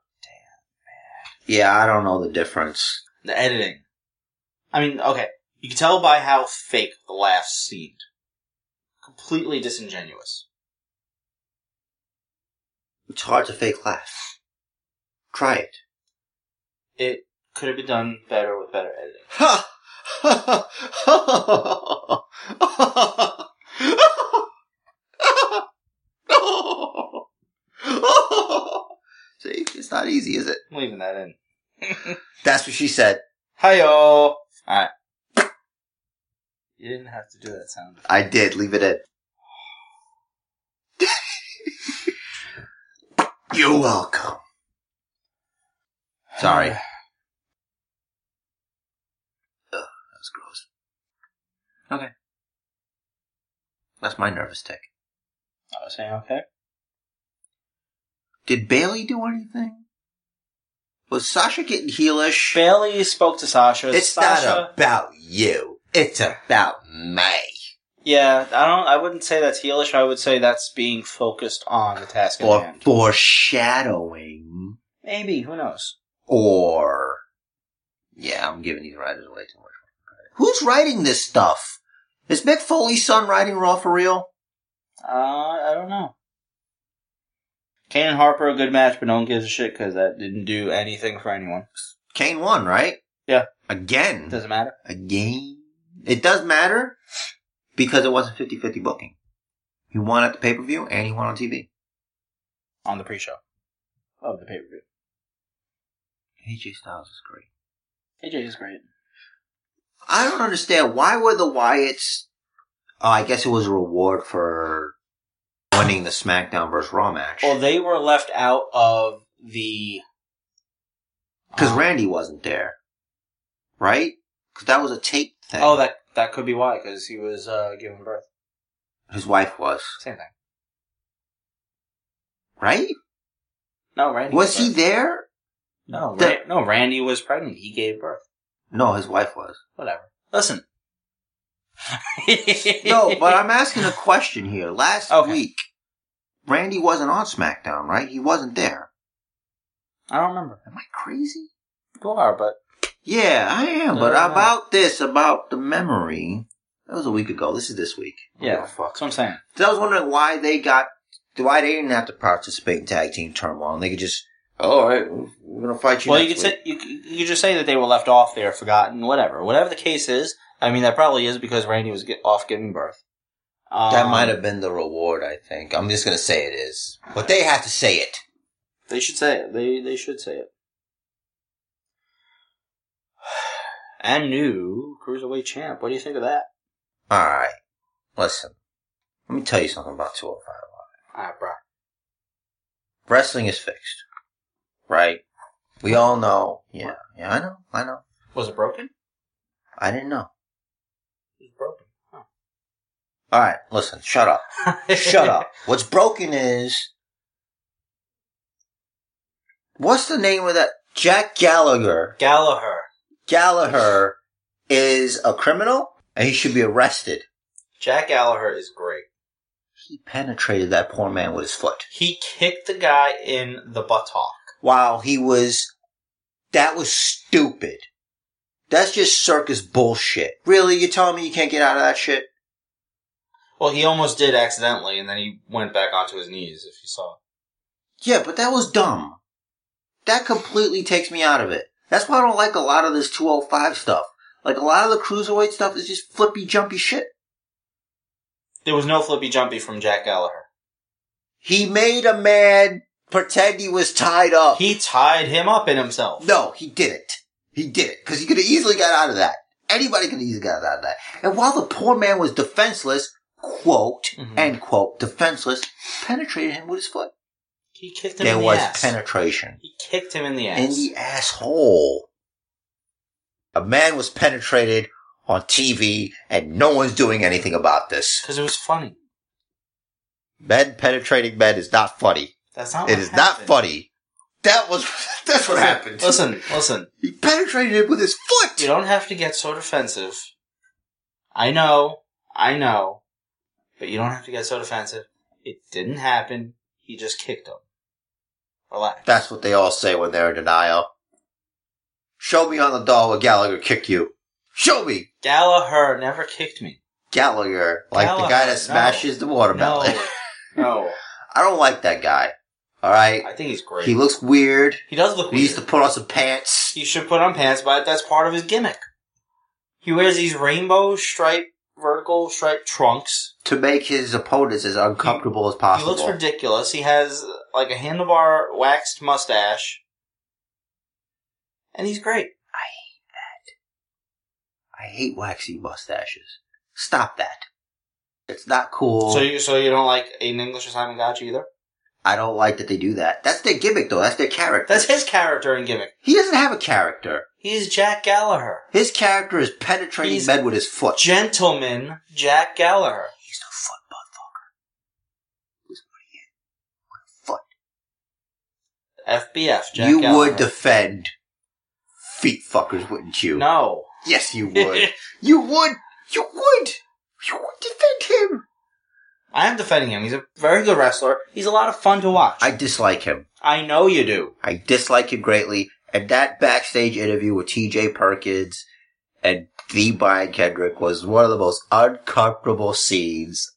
A: yeah. I don't know the difference.
D: The editing. I mean, okay. You can tell by how fake the laughs seemed. Completely disingenuous.
A: It's hard to fake laugh. Try it.
D: It could have been done better with better editing.
A: Ha! See, it's not easy, is it?
D: I'm leaving that in.
A: That's what she said.
D: Hiyo! Alright. You didn't have to do that sound.
A: I did. Leave it in. You're welcome. Sorry. Ugh, that's gross. Okay. That's my nervous tick.
D: I was saying okay.
A: Did Bailey do anything? Was Sasha getting heelish?
D: Bailey spoke to Sasha.
A: it's uh,
D: Sasha,
A: not about you. It's about me.
D: Yeah, I don't. I wouldn't say that's heelish. I would say that's being focused on the task at
A: Or
D: hand.
A: foreshadowing.
D: Maybe who knows?
A: Or yeah, I'm giving these writers way too much. credit. Who's writing this stuff? Is Mick Foley's son writing Raw for real?
D: Uh, I don't know. Kane and Harper a good match, but no one gives a shit because that didn't do anything for anyone.
A: Kane won, right?
D: Yeah.
A: Again.
D: Doesn't matter.
A: again. It does matter because it wasn't 50-50 booking. He won at the pay-per-view and he won on TV.
D: On the pre-show of the pay per view,
A: AJ Styles is great.
D: AJ is great.
A: I don't understand why were the Wyatts. Oh, I guess it was a reward for winning the SmackDown versus Raw match
D: Well, they were left out of the
A: because
D: um,
A: Randy wasn't there, right? Because that was a tape thing.
D: Oh, that that could be why, because he was uh, giving birth.
A: his wife was
D: Same thing.
A: right.
D: No, Randy.
A: Was
D: gave
A: he
D: birth.
A: there?
D: No,
A: the-
D: Ra- no. Randy was pregnant. He gave birth.
A: No, his wife was.
D: Whatever. Listen.
A: No, but I'm asking a question here. Last
D: Okay.
A: week, Randy wasn't on SmackDown, right? He wasn't there.
D: I don't remember.
A: Am I crazy?
D: You are, but
A: Yeah, I am. But
D: Uh,
A: about this, about the memory, that was a week ago. This is this week. Oh, I don't
D: Yeah.
A: give a fuck.
D: that's what I'm saying.
A: So I was wondering why they got, why they didn't have to participate in tag team turmoil. And they could just, "Oh, all right, we're gonna fight you.
D: well, you
A: next
D: could
A: week."
D: say you, could- you could just say that they were left off there, forgotten, whatever, whatever the case is. I mean, that probably is because Randy was get, off giving birth. Um,
A: That might have been the reward, I think. I'm just gonna say it is. But they have to say it.
D: They should say it. They they should say it. And new cruiserweight champ. What do you think of that?
A: Alright. Listen. Let me tell you something about 205 Live.
D: Ah, bro.
A: Wrestling is fixed. Right? We all know. Yeah. Yeah, I know. I know.
D: Was it broken?
A: I didn't know.
D: It was broken.
A: Alright, listen. Shut up. Shut up. What's broken is. What's the name of that? Jack Gallagher.
D: Gallagher.
A: Gallagher is a criminal and he should be arrested.
D: Jack Gallagher is great.
A: He penetrated that poor man with his foot.
D: He kicked the guy in the buttock.
A: Wow, he was. That was stupid. That's just circus bullshit. Really, you're telling me you can't get out of that shit?
D: Well, he almost did accidentally, and then he went back onto his knees. If you saw,
A: Yeah, but that was dumb. That completely takes me out of it. That's why I don't like a lot of this 205 stuff. Like a lot of the cruiserweight stuff is just flippy, jumpy shit.
D: there was no flippy jumpy from Jack Gallagher.
A: He made a man pretend he was tied up.
D: He tied him up in himself.
A: No, he didn't. He did it because he could have easily got out of that. Anybody could have easily got out of that. And while the poor man was defenseless, quote
D: Mhm.
A: end quote, defenseless, penetrated him with his foot.
D: He kicked him
A: There
D: in the
A: was
D: ass.
A: penetration
D: he kicked him in the ass.
A: in the asshole. A man was penetrated on TV, and no one's doing anything about this.
D: Because it was funny.
A: Men penetrating men is not funny.
D: That's not.
A: It
D: what
A: is not
D: happened.
A: funny. That was that's what happened.
D: Listen, listen.
A: he penetrated him with his foot.
D: You don't have to get so defensive. I know, I know, but you don't have to get so defensive. It didn't happen. He just kicked him. Relax.
A: That's what they all say when they're in denial. Show me on the doll where Gallagher kicked you. Show me!
D: Gallagher never kicked me.
A: Gallagher, like the guy
D: Gallagher, no.
A: that smashes the watermelon.
D: No, no.
A: I don't like that guy. Alright?
D: I think he's great.
A: He
D: He,
A: looks weird.
D: does look.
A: He
D: Weird.
A: used to put on some pants.
D: he should put on pants, but that's part of his gimmick. He wears these rainbow stripe, vertical stripe trunks.
A: To make his opponents as uncomfortable as possible.
D: He looks ridiculous. He has uh, like a handlebar waxed mustache, and he's great.
A: I hate waxy mustaches. Stop that. It's not cool.
D: So you so you don't like Aiden English or Simon Gotch either?
A: I don't like that they do that. That's their gimmick though. That's their character.
D: That's his character and gimmick.
A: He doesn't have a character.
D: He's Jack Gallagher.
A: His character is penetrating
D: He's-
A: men with his foot.
D: Gentleman Jack Gallagher.
A: He's no foot, motherfucker. He's what he is. With a foot.
D: FBF Jack
A: you
D: Gallagher.
A: would defend feet fuckers, wouldn't you?
D: No.
A: Yes, you would.
D: I
A: you would. You would. You would defend him.
D: am defending him. He's a very good wrestler. He's a lot of fun to watch.
A: I dislike him.
D: I know you do.
A: I dislike him greatly. And that backstage interview with T.J. Perkins and the Brian Kendrick was one of the most uncomfortable scenes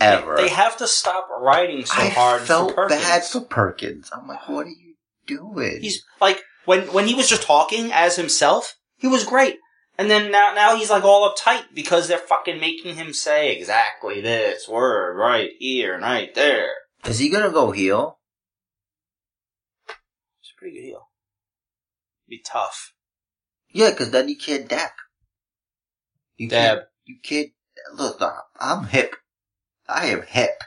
A: ever.
D: They have to stop writing so
A: I
D: hard
A: felt
D: for Perkins.
A: bad for Perkins. I'm like, what are you doing?
D: He's like when when he was just talking as himself, he was great. And then now now he's like all uptight because they're fucking making him say exactly this word right here, right there.
A: Is he gonna go heel?
D: It's a pretty good heel. Be tough.
A: Yeah, because then you can't dab. You
D: Dab.
A: Can't, you can't. Look, I- I'm hip. I am hip.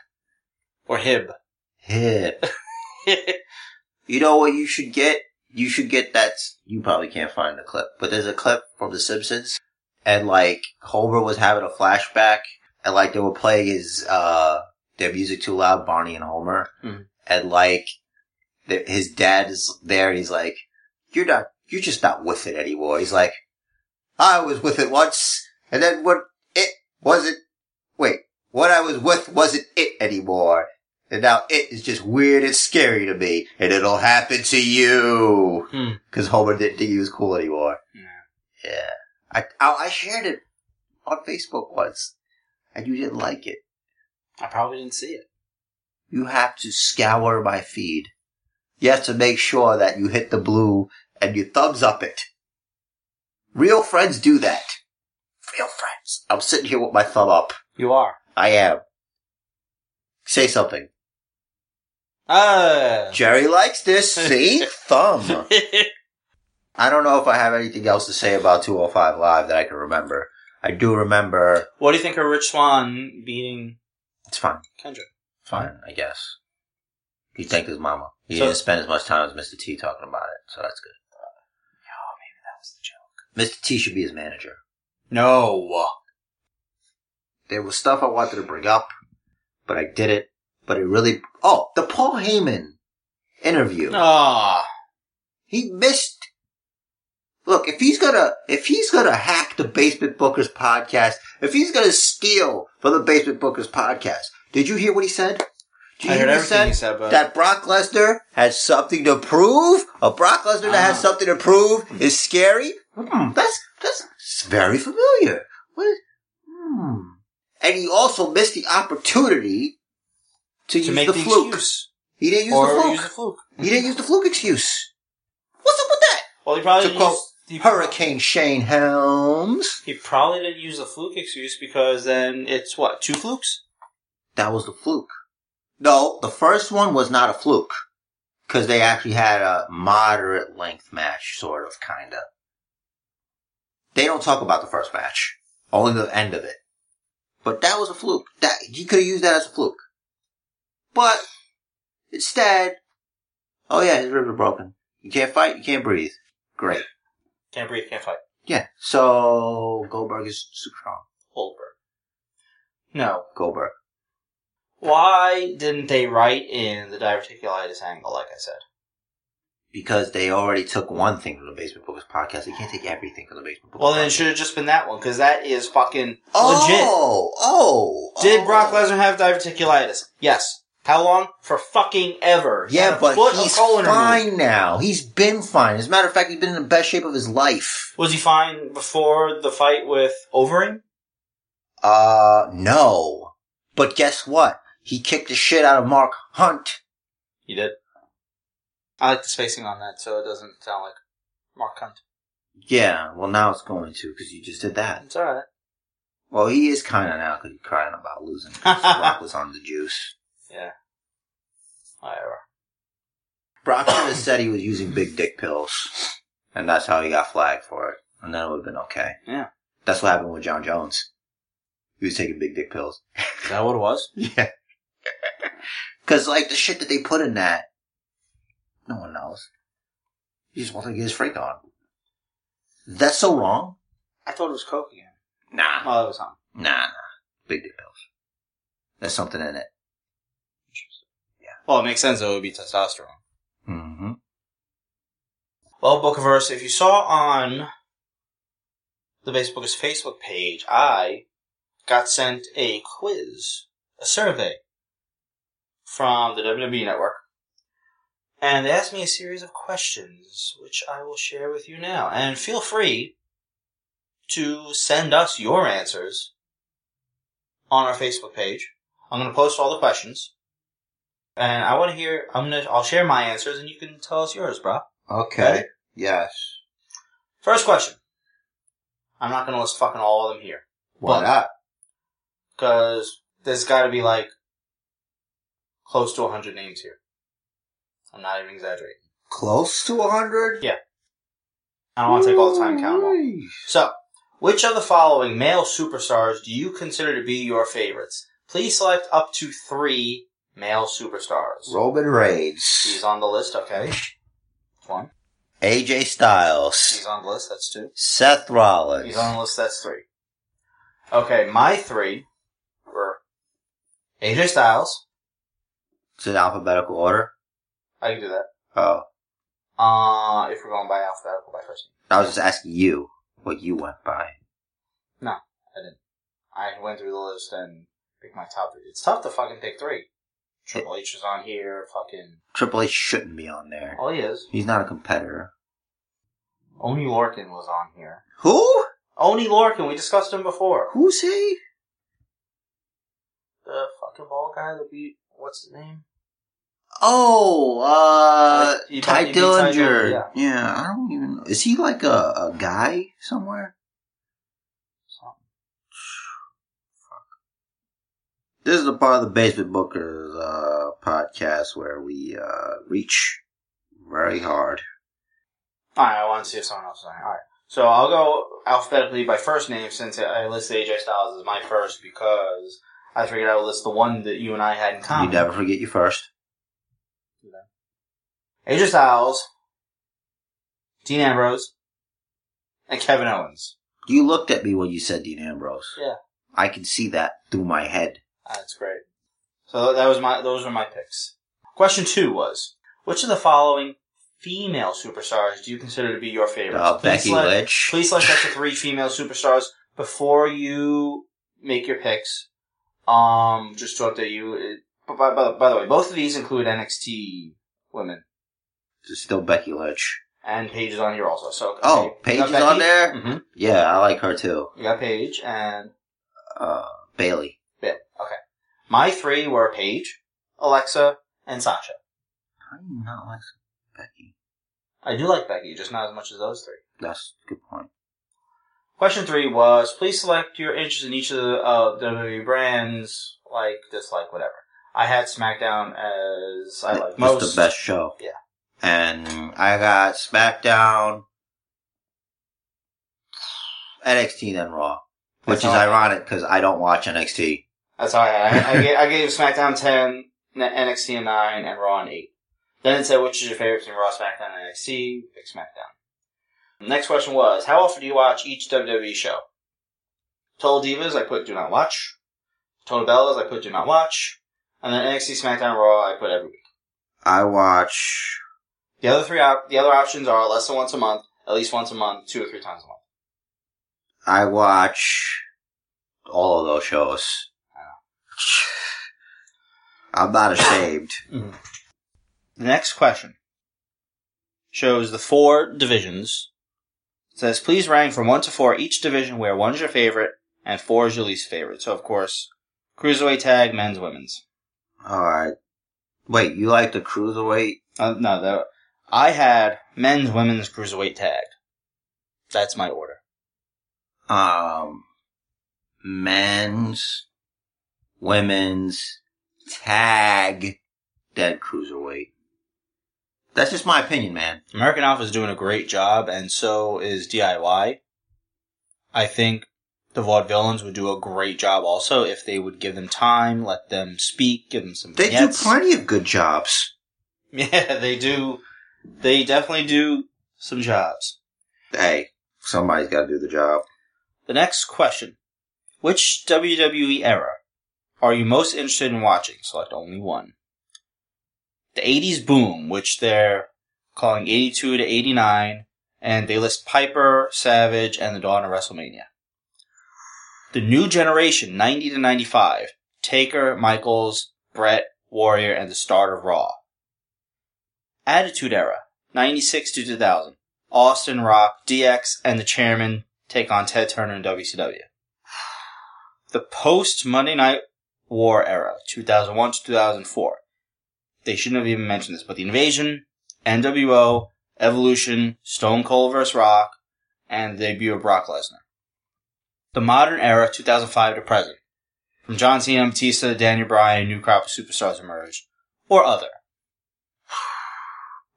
D: Or Hib.
A: Hip. You know what you should get? You should get that. You probably can't find the clip, but there's a clip from The Simpsons. and like Holbrook was having a flashback, and like they were playing his uh their music too loud, Barney and Homer,
F: Mhm.
A: and like th- his dad is there, and he's like, "You're not, you're just not with it anymore." He's like, "I was with it once, and then what? It wasn't. Wait, what I was with wasn't it anymore." And now it is just weird and scary to me, and it'll happen to you.
F: Hmm.
A: Because Homer didn't think he was cool anymore. Yeah. I, I I shared it on Facebook once, and you didn't like it.
D: I probably didn't see it.
A: You have to scour my feed. You have to make sure that you hit the blue and you thumbs up it. Real friends do that. Real friends. I'm sitting here with my thumb up.
D: You are.
A: I am. Say something.
D: Ah.
A: Jerry likes this. See? Thumb. I don't know if I have anything else to say about 205 Live that I can remember. I do remember.
D: what do you think of Rich Swan beating
A: It's fine.
D: Kendrick?
A: Fine, I guess. He thanked his mama. He
D: So-
A: didn't spend as much time as Mr. T talking about it, so that's good.
D: That was the joke.
A: Mr. T should be his manager.
D: No.
A: There was stuff I wanted to bring up, but I didn't. But it really. Oh, the Paul Heyman interview.
D: Ah.
A: He missed. Look, if he's gonna, if he's gonna hack the Basement Bookers podcast, if he's gonna steal from the Basement Bookers podcast, did you hear what he said? Did you
F: I heard
A: what he
F: everything you said, but
A: that Brock Lesnar has something to prove? A Brock Lesnar that has
D: Ah.
A: something to prove is scary? Hmm, that's, that's it's very familiar. What is, hmm. And he also missed the opportunity to,
F: to
A: use
F: make
A: the,
F: the,
A: fluke.
F: excuse
A: He didn't use
F: or
A: the fluke.
F: use the fluke.
A: He didn't use the fluke excuse. What's up with that?
D: Well, he probably
A: To
D: used,
A: quote
D: he,
A: Hurricane Shane Helms.
D: He probably didn't use the fluke excuse because then it's what two flukes?
A: That was the fluke. No, the first one was not a fluke. Cause they actually had a moderate length match, sort of, kinda. They don't talk about the first match. Only the end of it. But that was a fluke. That, you could've used that as a fluke. But, instead, oh yeah, his ribs are broken. You can't fight, you can't breathe. Great.
D: Can't breathe, can't fight.
A: Yeah, so, Goldberg is super strong.
D: Goldberg. No.
A: Goldberg.
D: Why didn't they write in the diverticulitis angle, like I said?
A: because they already took one thing from the Basement Bookers podcast. They can't take everything from the Basement Bookers.
D: Well, then it
A: podcast.
D: should have just been that one because that is fucking legit.
A: oh, oh,
D: Did
A: oh.
D: Brock Lesnar have diverticulitis? Yes. How long? For fucking ever. He had
A: Yeah,
D: a
A: but
D: foot of
A: he's
D: colon removed.
A: fine now. He's been fine. As a matter of fact, he's been in the best shape of his life.
D: Was he fine before the fight with Overing?
A: Uh, no. But guess what? He kicked the shit out of Mark Hunt.
D: He did. I like the spacing on that, so it doesn't sound like Mark Hunt.
A: Yeah, well now it's going to because you just did that.
D: It's alright.
A: Well, he is kind of now because he's crying about losing. 'cause Brock was on the juice.
D: Whatever.
A: Brock should have said he was using big dick pills, and that's how he got flagged for it. And then it would have been okay.
D: Yeah.
A: That's what happened with John Jones. He was taking big dick pills.
F: Is that what it was?
A: Yeah. Cause like the shit that they put in that, no one knows. He just wanted to get his freak on. That's so wrong.
D: I thought it was Coke again.
A: Nah,
D: Oh, that was him.
A: nah, nah. Big dick pills. There's something in it.
F: Well, it makes sense. It would be testosterone.
A: Mm-hmm.
D: Well, Bookiverse, if you saw on the Facebook's Facebook page, I got sent a quiz, a survey from the WWE Network, and they asked me a series of questions, which I will share with you now. And feel free to send us your answers on our Facebook page. I'm going to post all the questions, and I want to hear. I'm going to. I'll share my answers, and you can tell us yours, bro.
A: Okay. Yes.
D: First question. I'm not gonna list fucking all of them here.
A: Why
D: But-
A: not?
D: Cause there's gotta be like close to 100 names here. I'm not even exaggerating.
A: Close to a hundred.
D: I don't wanna take all the time to count them all. So, which of the following male superstars do you consider to be your favorites? Please select up to three male superstars.
A: Roman Reigns.
D: He's on the list, okay. One.
A: AJ Styles,
D: He's on the list. That's two.
A: Seth Rollins,
D: He's on the list. That's three. Okay, my three were AJ Styles.
A: It's in alphabetical order.
D: I can do that.
A: Oh,
D: Uh, if we're going by alphabetical by first
A: I was just asking you what you went by.
D: name, I went through the list and picked my top three. It's tough to fucking pick three. Triple H is on here. Fucking
A: Triple H shouldn't be on there.
D: all he is.
A: He's not a competitor.
D: Oni Lorkin was on here.
A: Who?
D: Oni Lorkin, we discussed him before.
A: Who's he?
D: The fucking ball guy that beat what's his name?
A: Oh, uh,
D: He
A: Ty
D: beat- he beat Ty
A: Dillinger.
D: Dillinger,
A: yeah. I don't even know. Is he like a, a guy somewhere? This is the part of the Basement Bookers uh, podcast where we uh, reach very hard.
D: All right, I want to see if someone else is on here. All right, so I'll go alphabetically by first name since I listed AJ Styles as my first because I figured I would list the one that you and I had in
A: You
D: common.
A: never forget you first.
D: AJ Styles, Dean Ambrose, and Kevin Owens.
A: You looked at me when you said Dean Ambrose.
D: Yeah.
A: I can see that through my head.
D: Ah, That's great. So that was my those were my picks. Question two was which of the following female superstars do you consider to be your favorite?
A: Uh, Becky Lynch.
D: Please select up to three female superstars before you make your picks. Um, just to update you. It, but by, by, by the way, both of these include NXT women,
A: It's still Becky Lynch.
D: and Paige is on here also. So
A: Oh,
D: okay,
A: Paige
D: you got
A: is
D: Becky,
A: on there?
D: Mhm.
A: Yeah, I like her too.
D: You got Paige and
A: Uh, Bailey.
D: Bill. Okay, my three were Paige, Alexa, and Sasha.
A: How do you not like Becky?
D: I do like Becky, just not as much as those three.
A: That's a good point.
D: Question three was please select your interest in each of the uh, WWE brands, like, dislike, whatever. I had SmackDown as I like
A: It's
D: most.
A: the best show.
D: Yeah.
A: And I got SmackDown, NXT, then Raw. Which
D: That's
A: is
D: all I-
A: ironic because I don't watch NXT.
D: That's all I had. I, I, gave, I gave SmackDown 10, N- NXT a 9, and Raw an 8. Then it said which is your favorite between Raw, SmackDown, and NXT. Pick SmackDown. Next question was how often do you watch each WWE show? Total Divas, I put do not watch. Total Bellas, I put do not watch. And then NXT, SmackDown, Raw, I put every week.
A: I watch.
D: The other three, op- the other options are less than once a month, at least once a month, two or three times a month.
A: I watch all of those shows. I'm not ashamed.
D: The next question shows the four divisions. It says, please rank from one to four each division where one's your favorite and four is your least favorite. So, of course, cruiserweight tag, men's, women's.
A: Alright. Wait, you like the cruiserweight?
D: Uh, no, the, I had men's, women's, cruiserweight tag. That's my order.
A: um, men's, women's, tag, dead cruiserweight. That's just my opinion, man.
D: American Alpha is doing a great job, and so is DIY. I think the vaudevillains would do a great job also if they would give them time, let them speak, give them some
A: They
D: vignettes.
A: do plenty of good jobs.
D: yeah, they do. They definitely do some jobs.
A: Hey, somebody's got to do the job.
D: The next question: Which WWE era are you most interested in watching? Select only one. The '80s boom, which they're calling '82 to '89, and they list Piper, Savage, and the Dawn of WrestleMania. The new generation, '90 to '95, Taker, Michaels, Brett, Warrior, and the start of Raw. Attitude era, '96 to 2000, Austin, Rock, DX, and the Chairman, take on Ted Turner and WCW. The post Monday Night War era, 2001 to 2004. They shouldn't have even mentioned this, but the invasion, NWO, Evolution, Stone Cold vs. Rock, and the debut of Brock Lesnar. The modern era, 2005 to present. From John Cena, Batista, Daniel Bryan, a new crop of superstars emerged, or other,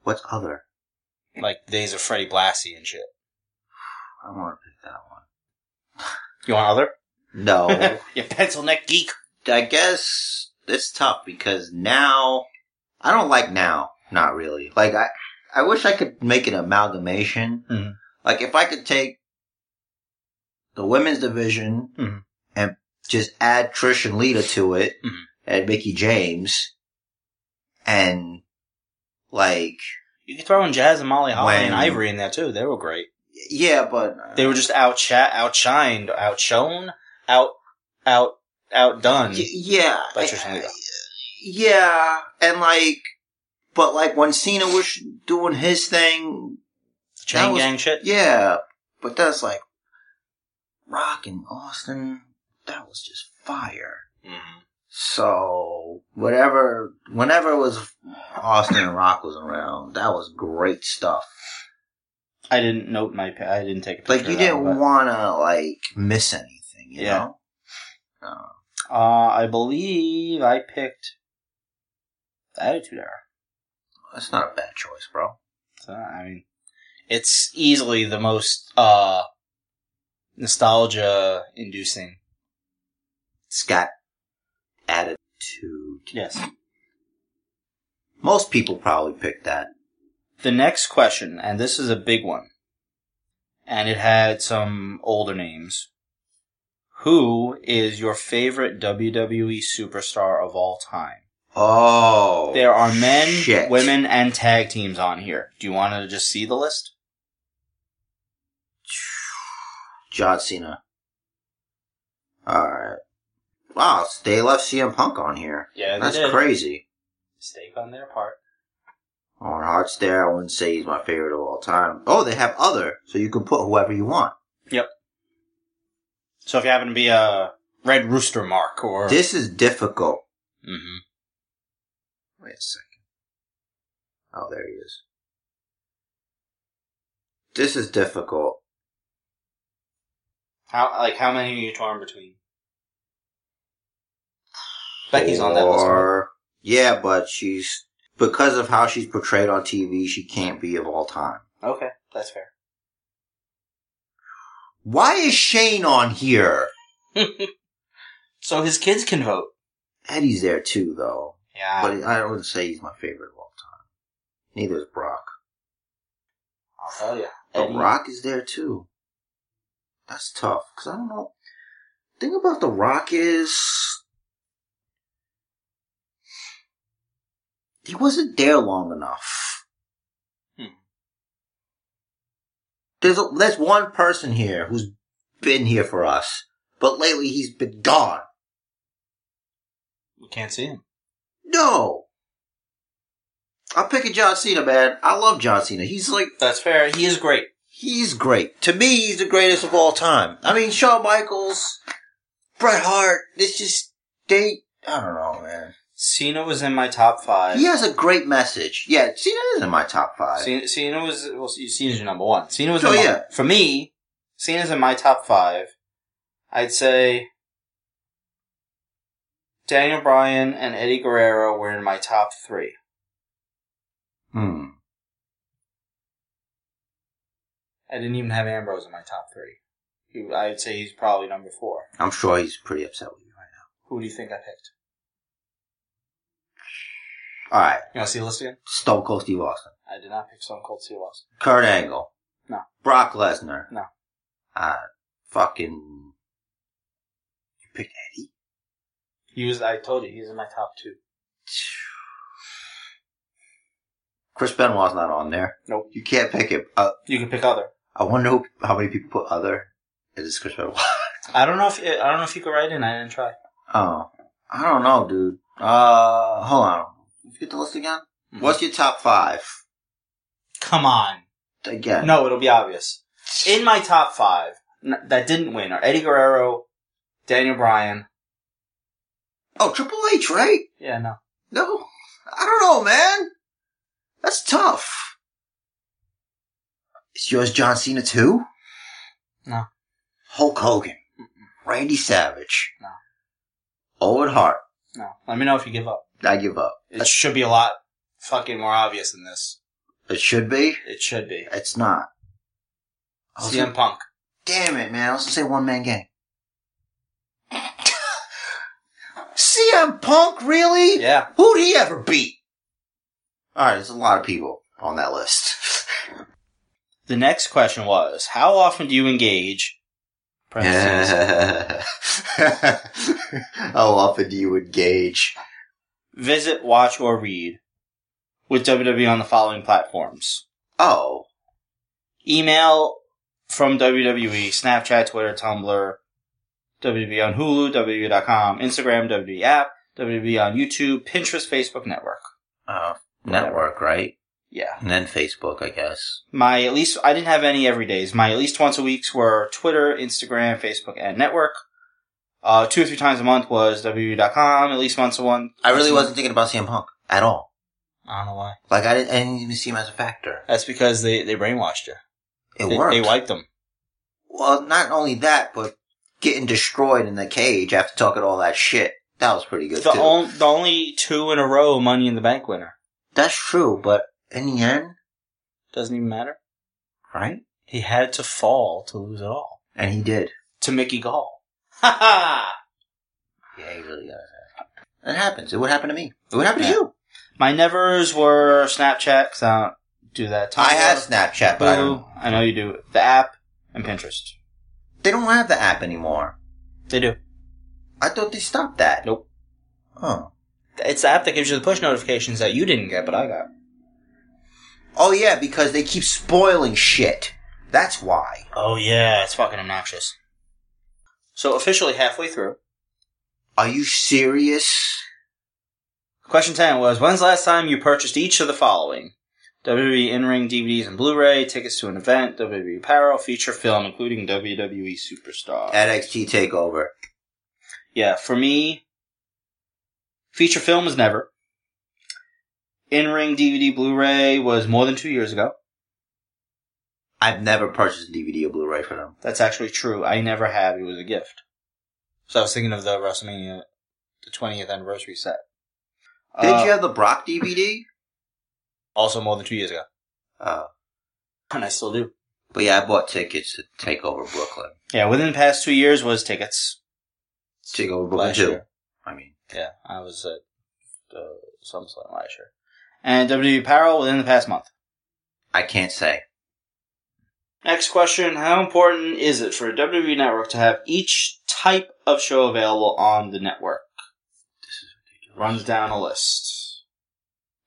A: What's other?
D: like Days of Freddie Blassie and shit.
A: I want to pick that one.
D: You want other?
A: No.
D: you pencil neck geek.
A: I guess it's tough because now, I don't like now. Not really. Like, I, I wish I could make an amalgamation.
D: Mhm.
A: Like if I could take the women's division
D: Mhm.
A: and just add Trish and Lita to it
D: Mhm.
A: and Mickey James and like,
D: You could throw in Jazz and Molly Holly and
A: When-
D: Ivory in there too. They were great.
A: yeah, but
D: They were just out chat, outshined, outshone, out, out, outdone.
A: uh, Y- yeah,
D: By Trish and Lita.
A: yeah, and like, but like when Cena was doing his thing,
D: Chain
A: that was-
D: gang shit.
A: Yeah, but that's like Rock and Austin. That was just fire.
D: Mhm.
A: So whatever, whenever it was Austin and Rock was around, that was great stuff.
D: I didn't note my. pa- I didn't take a picture.
A: Like you
D: of that
A: didn't
D: one, but-
A: wanna like miss anything, you
D: Yeah.
A: know? Uh,
D: Uh, I believe I picked Attitude Era.
A: that's not a bad choice, bro.
D: So, I mean, it's easily the most uh, nostalgia-inducing.
A: It's got attitude.
D: Yes.
A: Most people probably pick that.
D: The next question, and this is a big one, and it had some older names. Who is your favorite WWE superstar of all time?
A: Oh,
D: There are men,
A: shit.
D: women, and tag teams on here. Do you want to just see the list?
A: John Cena. Alright. Wow, they left CM Punk on here.
D: Yeah,
A: That's crazy.
D: Mistake on their part.
A: On Heart's there, I wouldn't say he's my favorite of all time. Oh, they have other, so you can put whoever you want.
D: So if you happen to be a Red Rooster Mark or
A: This is difficult.
D: hmm
A: Wait a second. Oh, there he is. This is difficult.
D: how like how many are you torn between? Becky's on that list. right?
A: Or- Yeah, but she's, because of how she's portrayed on TV, she can't be of all time.
D: Okay, that's fair.
A: Why is Shane on here?
D: So his kids can vote.
A: Eddie's there too, though.
D: Yeah.
A: But I wouldn't say he's my favorite of all time. Neither is Brock.
D: I'll tell you.
A: But Rock is there too. That's tough because I don't know. Thing about the Rock is he wasn't there long enough.
D: Hmm.
A: There's a, there's one person here who's been here for us, but lately he's been gone.
D: we can't see him.
A: No. I'm picking John Cena, man. I love John Cena. He's like,
D: That's fair. He is great.
A: he's great. To me, he's the greatest of all time. I mean, Shawn Michaels, Bret Hart, it's just, they, I don't know, man.
D: Cena was in my top five.
A: He has a great message. Yeah, Cena is in my top five.
D: Cena, Cena was well. Cena's your number one. Cena was
A: Oh,
D: in my-
A: yeah.
D: for me. Cena's in my top five. I'd say Daniel Bryan and Eddie Guerrero were in my top three.
A: Hmm.
D: I didn't even have Ambrose in my top three. He- I'd say he's probably number four.
A: I'm sure he's pretty upset with you right
D: Who do you think I picked?
A: now. Alright,
D: You want to see the list again?
A: Stone Cold Steve Austin.
D: I did not pick Stone Cold Steve Austin.
A: Kurt Angle.
D: No.
A: Brock Lesnar.
D: No.
A: Uh, fucking, you picked Eddie?
D: He was. I told you he's in my top two.
A: Chris Benoit's not on there.
D: Nope.
A: You can't pick him. Uh,
D: You can pick other.
A: I wonder who, how many people put other. It is Chris Benoit.
D: I don't know if I don't know if you could write in. I didn't try.
A: oh, I don't know, dude. Uh, hold on. Did you Get the list again.
D: Mm-hmm.
A: What's your top five?
D: Come on.
A: Again,
D: No, it'll be obvious. In my top five n- that didn't win are Eddie Guerrero, Daniel Bryan.
A: Oh, Triple H, right?
D: Yeah, no.
A: No, I don't know, man. That's tough. Is yours John Cena too?
D: No.
A: Hulk Hogan, Randy Savage,
D: No.
A: Owen Hart.
D: No. Let me know if you give up.
A: I give up.
D: It should be a lot fucking more obvious than this.
A: It should be.
D: It should be.
A: It's not. I was
D: CM Punk.
A: Damn it, man. I was gonna say one man gang. CM Punk, really?
D: Yeah.
A: Who'd he ever beat? Alright, there's a lot of people. on that list.
D: The next question was, how often do you engage? Parentheses,
A: How often do you engage?
D: visit, watch, or read with WWE on the following platforms:
A: Oh,
D: email from WWE, Snapchat, Twitter, Tumblr, WWE on Hulu, WWE.com, Instagram, WWE app, WWE on YouTube, Pinterest, Facebook network.
A: uh, network, right?
D: Yeah,
A: And then Facebook, I guess.
D: my at least I didn't have any every days. My at least once a weeks were Twitter, Instagram, Facebook, and network. Uh, two or three times a month was WWE.com. At least once a month.
A: I really wasn't thinking about CM Punk at all.
D: I don't know why.
A: Like I didn't, I didn't even see him as a factor.
D: That's because they, they brainwashed you.
A: It
D: they,
A: worked.
D: They wiped them.
A: well, not only that, but getting destroyed in the cage after talking all that shit. That was pretty good
D: The,
A: too.
D: on, the only two in a row Money in the Bank winner.
A: That's true, but in the end,
D: Doesn't even matter.
A: right?
D: He had to fall to lose it all.
A: And he did.
D: To Mickey Gall. Ha ha!
A: Yeah, he really got it. That happens. It would happen to me. It would happen
D: Yeah.
A: to you.
D: My nevers were Snapchat, because I don't do that.
A: I have Snapchat, but I don't,
D: Hulu. I know you do. The app and Pinterest.
A: they don't have the app anymore.
D: They do.
A: I thought they stopped that.
D: Nope.
A: Oh.
D: It's the app that gives you the push notifications that you didn't get, but I got.
A: Oh yeah, because they keep spoiling shit. That's why.
D: Oh yeah, it's fucking obnoxious. So officially halfway through.
A: Are you serious?
D: Question 10 was When's the last time you purchased each of the following? E WWE in ring DVDs and Blu ray, tickets to an event, WWE apparel, feature film, including WWE Superstar.
A: NXT Takeover.
D: yeah, for me, feature film was never. In ring DVD Blu ray was more than two years ago.
A: I've never purchased a DVD or Blu-ray for them.
D: That's actually true. I never have. It was a gift. So I was thinking of the WrestleMania, the 20th anniversary set.
A: Did
D: Uh,
A: you have the Brock DVD?
D: Also more than two years ago.
A: Uh,
D: And I still do.
A: but yeah, I bought tickets to Takeover Brooklyn.
D: Yeah, within the past two years was tickets.
A: Takeover Brooklyn
D: last
A: too.
D: year.
A: I mean,
D: Yeah, I was at uh, SummerSlam last year. And WWE Apparel within the past month.
A: I can't say.
D: Next question How important is it for WWE Network to have each type of show available on the network? Runs down a list.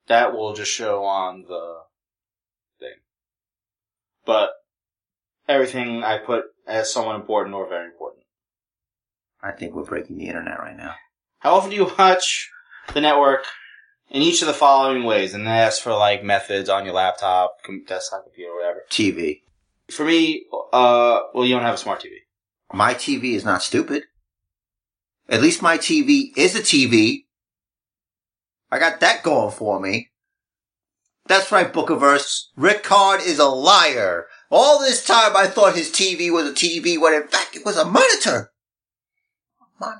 D: That will just show on the thing. But everything I put as someone important or very important.
A: I think we're breaking the internet right now.
D: How often do you watch the network in each of the following ways? And they ask for like methods on your laptop, com- desktop computer, whatever.
A: TV.
D: For me, uh, well, you don't have a smart TV.
A: My TV is not stupid. At least my TV is a TV. I got that going for me. That's right, Bookerverse. Ricard is a liar. All this time I thought his TV was a TV when in fact it was a monitor. A monitor.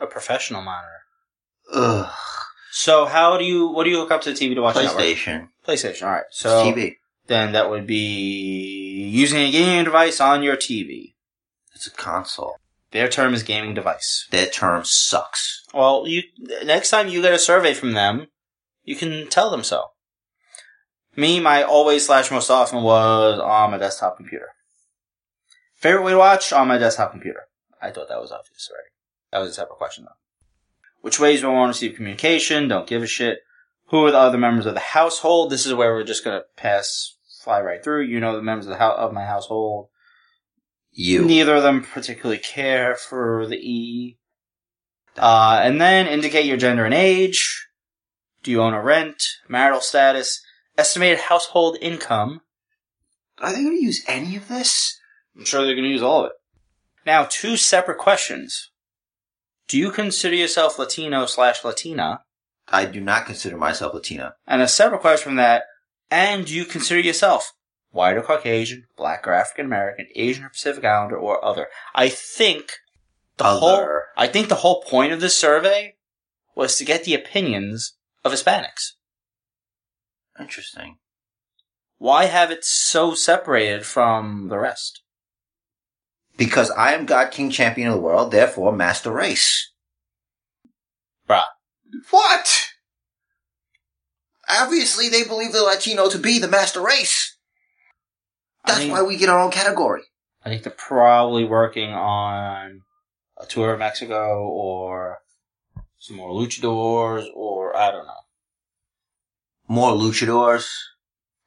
D: A professional monitor.
A: Ugh.
D: So how do you, what do you hook up to the TV to watch the network?
A: PlayStation.
D: PlayStation, alright.
A: It's
D: So
A: TV.
D: then that would be using a gaming device on your TV.
A: It's a console.
D: Their term is gaming device.
A: That term sucks.
D: Well, you next time you get a survey from them, you can tell them so. Me, my always slash most often was on my desktop computer. Favorite way to watch on my desktop computer. I thought that was obvious, right? That was a separate question though. Which ways do I want to receive communication? Don't give a shit. Who are the other members of the household? This is where we're just gonna pass, fly right through. You know the members of the hou- of my household.
A: You.
D: Neither of them particularly care for the E. Uh, and then indicate your gender and age. Do you own or rent? Marital status. Estimated household income.
A: Are they going to use any of this?
D: I'm sure they're going to use all of it. Now, two separate questions. Do you consider yourself Latino slash Latina?
A: I do not consider myself Latina.
D: And a separate question from that, and do you consider yourself white or Caucasian, black or African American, Asian or Pacific Islander, or other? I think the whole
A: Other.
D: I think the whole point of this survey was to get the opinions of Hispanics.
A: Interesting.
D: Why have it so separated from the rest?
A: Because I am God King Champion of the World, therefore Master Race.
D: Bruh.
A: What? Obviously, they believe the Latino to be the master race.
D: I
A: That's
D: think-
A: why we get our own category.
D: I think they're probably working on a tour of Mexico or some more luchadors or I don't know.
A: More luchadors,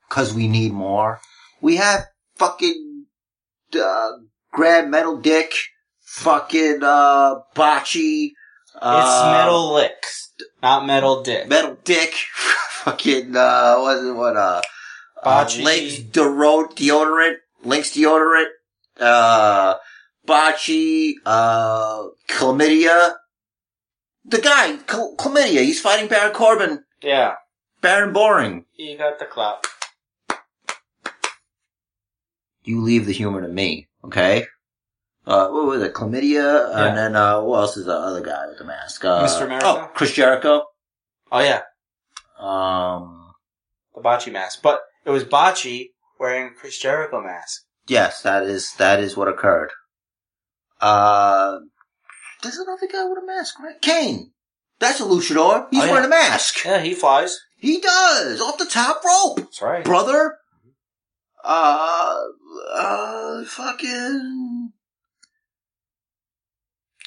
A: cause we need more. We have fucking uh, Grand Metal Dick, fucking uh, Bocce.
D: it's
A: uh,
D: metal licks, not metal dick.
A: Metal Dick, fucking uh, what what uh, uh
D: Bocce.
A: Lynx dero- deodorant, Lynx deodorant, uh, Bocce, uh, chlamydia. The guy, chla- chlamydia, he's fighting Baron Corbin,
D: yeah,
A: Baron Boring.
D: you got the clap.
A: You leave the humor to me, okay? Uh, what was it? Chlamydia,
D: Yeah.
A: and then uh, who else is the other guy with the mask? Uh,
D: Mr. America?
A: Oh, Chris Jericho.
D: Oh yeah,
A: Um,
D: the bocce mask. But it was bocce wearing a Chris Jericho mask.
A: Yes, that is that is what occurred. Uh there's another guy with a mask, right? Kane. That's a luchador. He's
D: Oh, yeah.
A: wearing a mask.
D: Yeah, he flies.
A: He does off the top rope,
D: That's right.
A: brother. Uh, uh, fucking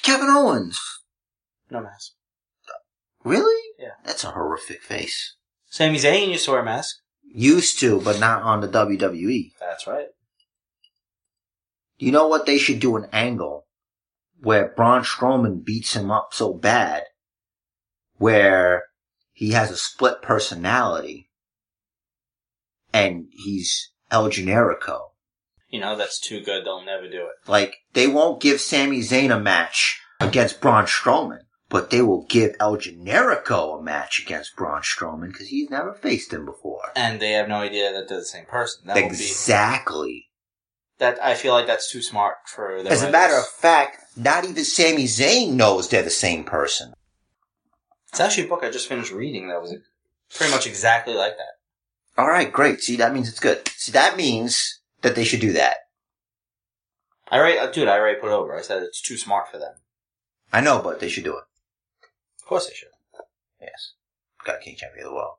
A: Kevin Owens.
D: No mask.
A: Really?
D: Yeah.
A: That's a horrific face.
D: Sami Zayn used to wear a mask.
A: Used to, but not on the WWE.
D: That's right.
A: You know what? They should do an angle where Braun Strowman beats him up so bad, where he has a split personality, and he's El Generico.
D: You know that's too good. They'll never do it.
A: Like they won't give Sami Zayn a match against Braun Strowman, but they will give El Generico a match against Braun Strowman because he's never faced him before.
D: And they have no idea that they're the same person. That would be
A: Exactly.
D: that. I feel like that's too smart for. the
A: As a
D: writers.
A: matter of fact, not even Sami Zayn knows they're the same person.
D: It's actually a book I just finished reading that was pretty much exactly like that.
A: All right, great. See, that means it's good. See, that means that they should do that.
D: I already, uh, dude, I already put it over. I said it's too smart for them.
A: I know, but they should do it.
D: Of course they should.
A: Yes. God, King Champion of the World.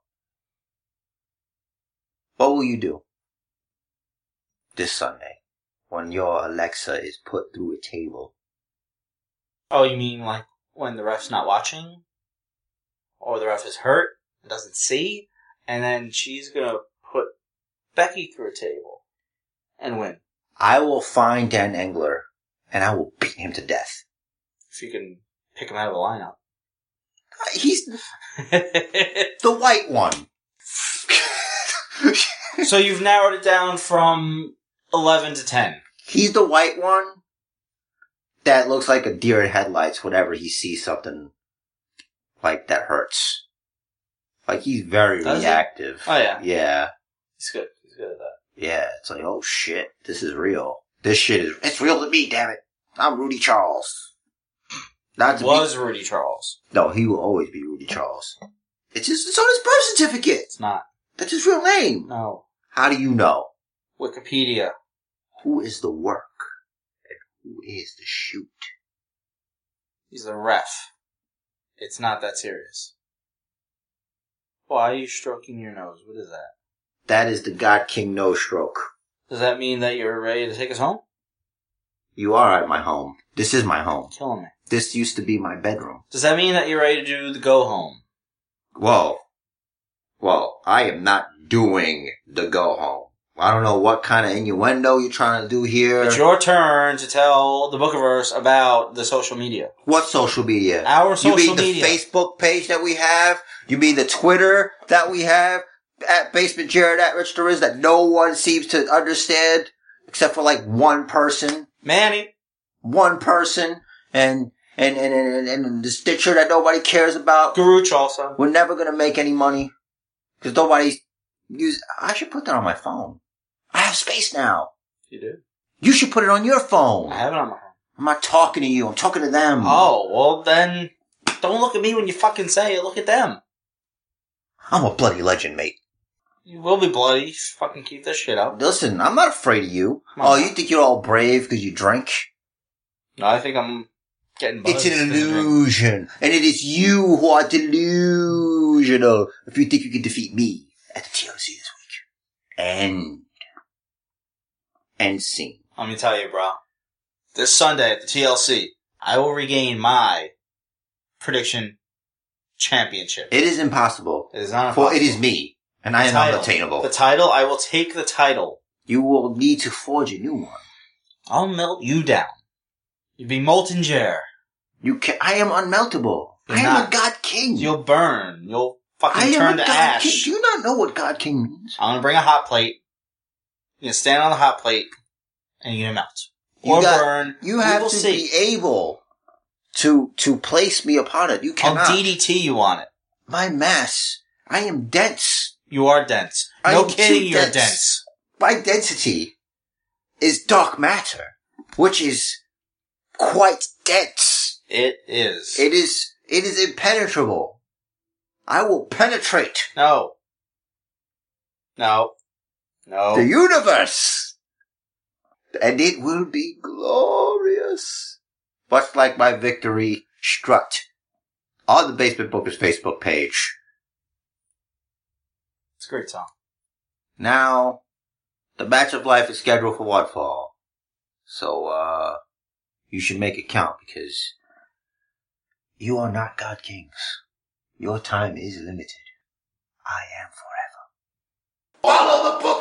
A: What will you do this Sunday when your Alexa is put through a table?
D: Oh, you mean like when the ref's not watching, or the ref is hurt and doesn't see, and then she's gonna put Becky through a table and win
A: I will find Dan Engler and I will beat him to death.
D: if you can pick him out of the lineup.
A: He's the white one.
D: so you've narrowed it down from eleven to ten.
A: He's the white one that looks like a deer in headlights whenever he sees something like that hurts. Like he's very
D: Does he?
A: reactive.
D: Oh, yeah.
A: Yeah.
D: He's good. He's good at that.
A: Yeah. It's like, oh shit, this is real. This shit is it's real to me, damn it. I'm Rudy Charles. Not to
D: Was Rudy Charles?
A: be No, he will always be Rudy Charles. It's just it's on his birth certificate.
D: It's not.
A: That's his real name.
D: No.
A: How do you know?
D: Wikipedia.
A: Who is the work? And who is the shoot?
D: He's a ref. It's not that serious. Why are you stroking your nose? What is that?
A: That is the God King No Stroke.
D: Does that mean that you're ready to take us home?
A: You are at my home. This is my home.
D: Killing me.
A: This used to be my bedroom.
D: Does that mean that you're ready to do the go home?
A: Whoa. Whoa. I am not doing the go home. I don't know what kind of innuendo you're trying to do here.
D: It's your turn to tell the Bookiverse about the social media.
A: what social media?
D: Our
A: you mean
D: social
A: the
D: media.
A: Facebook page that we have? You mean the Twitter that we have? At Basement Jared, at Rich There Is, that no one seems to understand except for like one person.
D: Manny.
A: One person. And, and, and, and, and, and the Stitcher that nobody cares about.
D: Guru Chalsa.
A: We're never gonna make any money because nobody's use. I should put that on my phone. I have space now.
D: You do?
A: You should put it on your phone.
D: I have it on my phone.
A: I'm not talking to you. I'm talking to them.
D: Oh, well then, don't look at me when you fucking say it. Look at them.
A: I'm a bloody legend, mate.
D: You will be bloody. Fucking keep this shit up.
A: Listen, I'm not afraid of you.
D: Come on
A: Oh,
D: now.
A: you think you're all brave because you drink?
D: No, I think I'm getting buzzed.
A: It's an
D: Gonna drink.
A: illusion, and it is you who are delusional if you think you can defeat me at the TLC this week. And and scene.
D: Let me tell you, bro. This Sunday at the TLC, I will regain my prediction championship.
A: It is impossible.
D: It is not
A: For it
D: impossible.
A: is me, and I am
D: Title.
A: unattainable.
D: The title, I will take the title.
A: you will need to forge a new one.
D: I'll melt you down. You'll be molten jar.
A: You can. I am unmeltable.
D: You're
A: I am
D: not.
A: a god king.
D: You'll burn. You'll
A: I
D: fucking
A: am
D: turn
A: a
D: to
A: god
D: ash.
A: king. Do you not know what god king means?
D: I'm gonna bring a hot plate. You're gonna stand on the hot plate, and you're gonna melt.
A: You
D: or
A: got-
D: burn.
A: You
D: We
A: have
D: will
A: to
D: see.
A: be able to to place me upon it. You
D: I'll
A: cannot.
D: DDT you on it.
A: My mass. I am dense.
D: You are dense.
A: I
D: No
A: am too
D: kidding, you're
A: dense.
D: dense.
A: My density is dark matter, which is quite dense.
D: It is.
A: It is it is impenetrable. I will penetrate
D: no. No. No.
A: the universe. And it will be glorious. Much like my victory strut on the Basement Bookers Facebook page.
D: it's a great song.
A: Now, the match of life is scheduled for one fall. So, uh, you should make it count because you are not God Kings. Your time is limited. I am forever. Follow the book!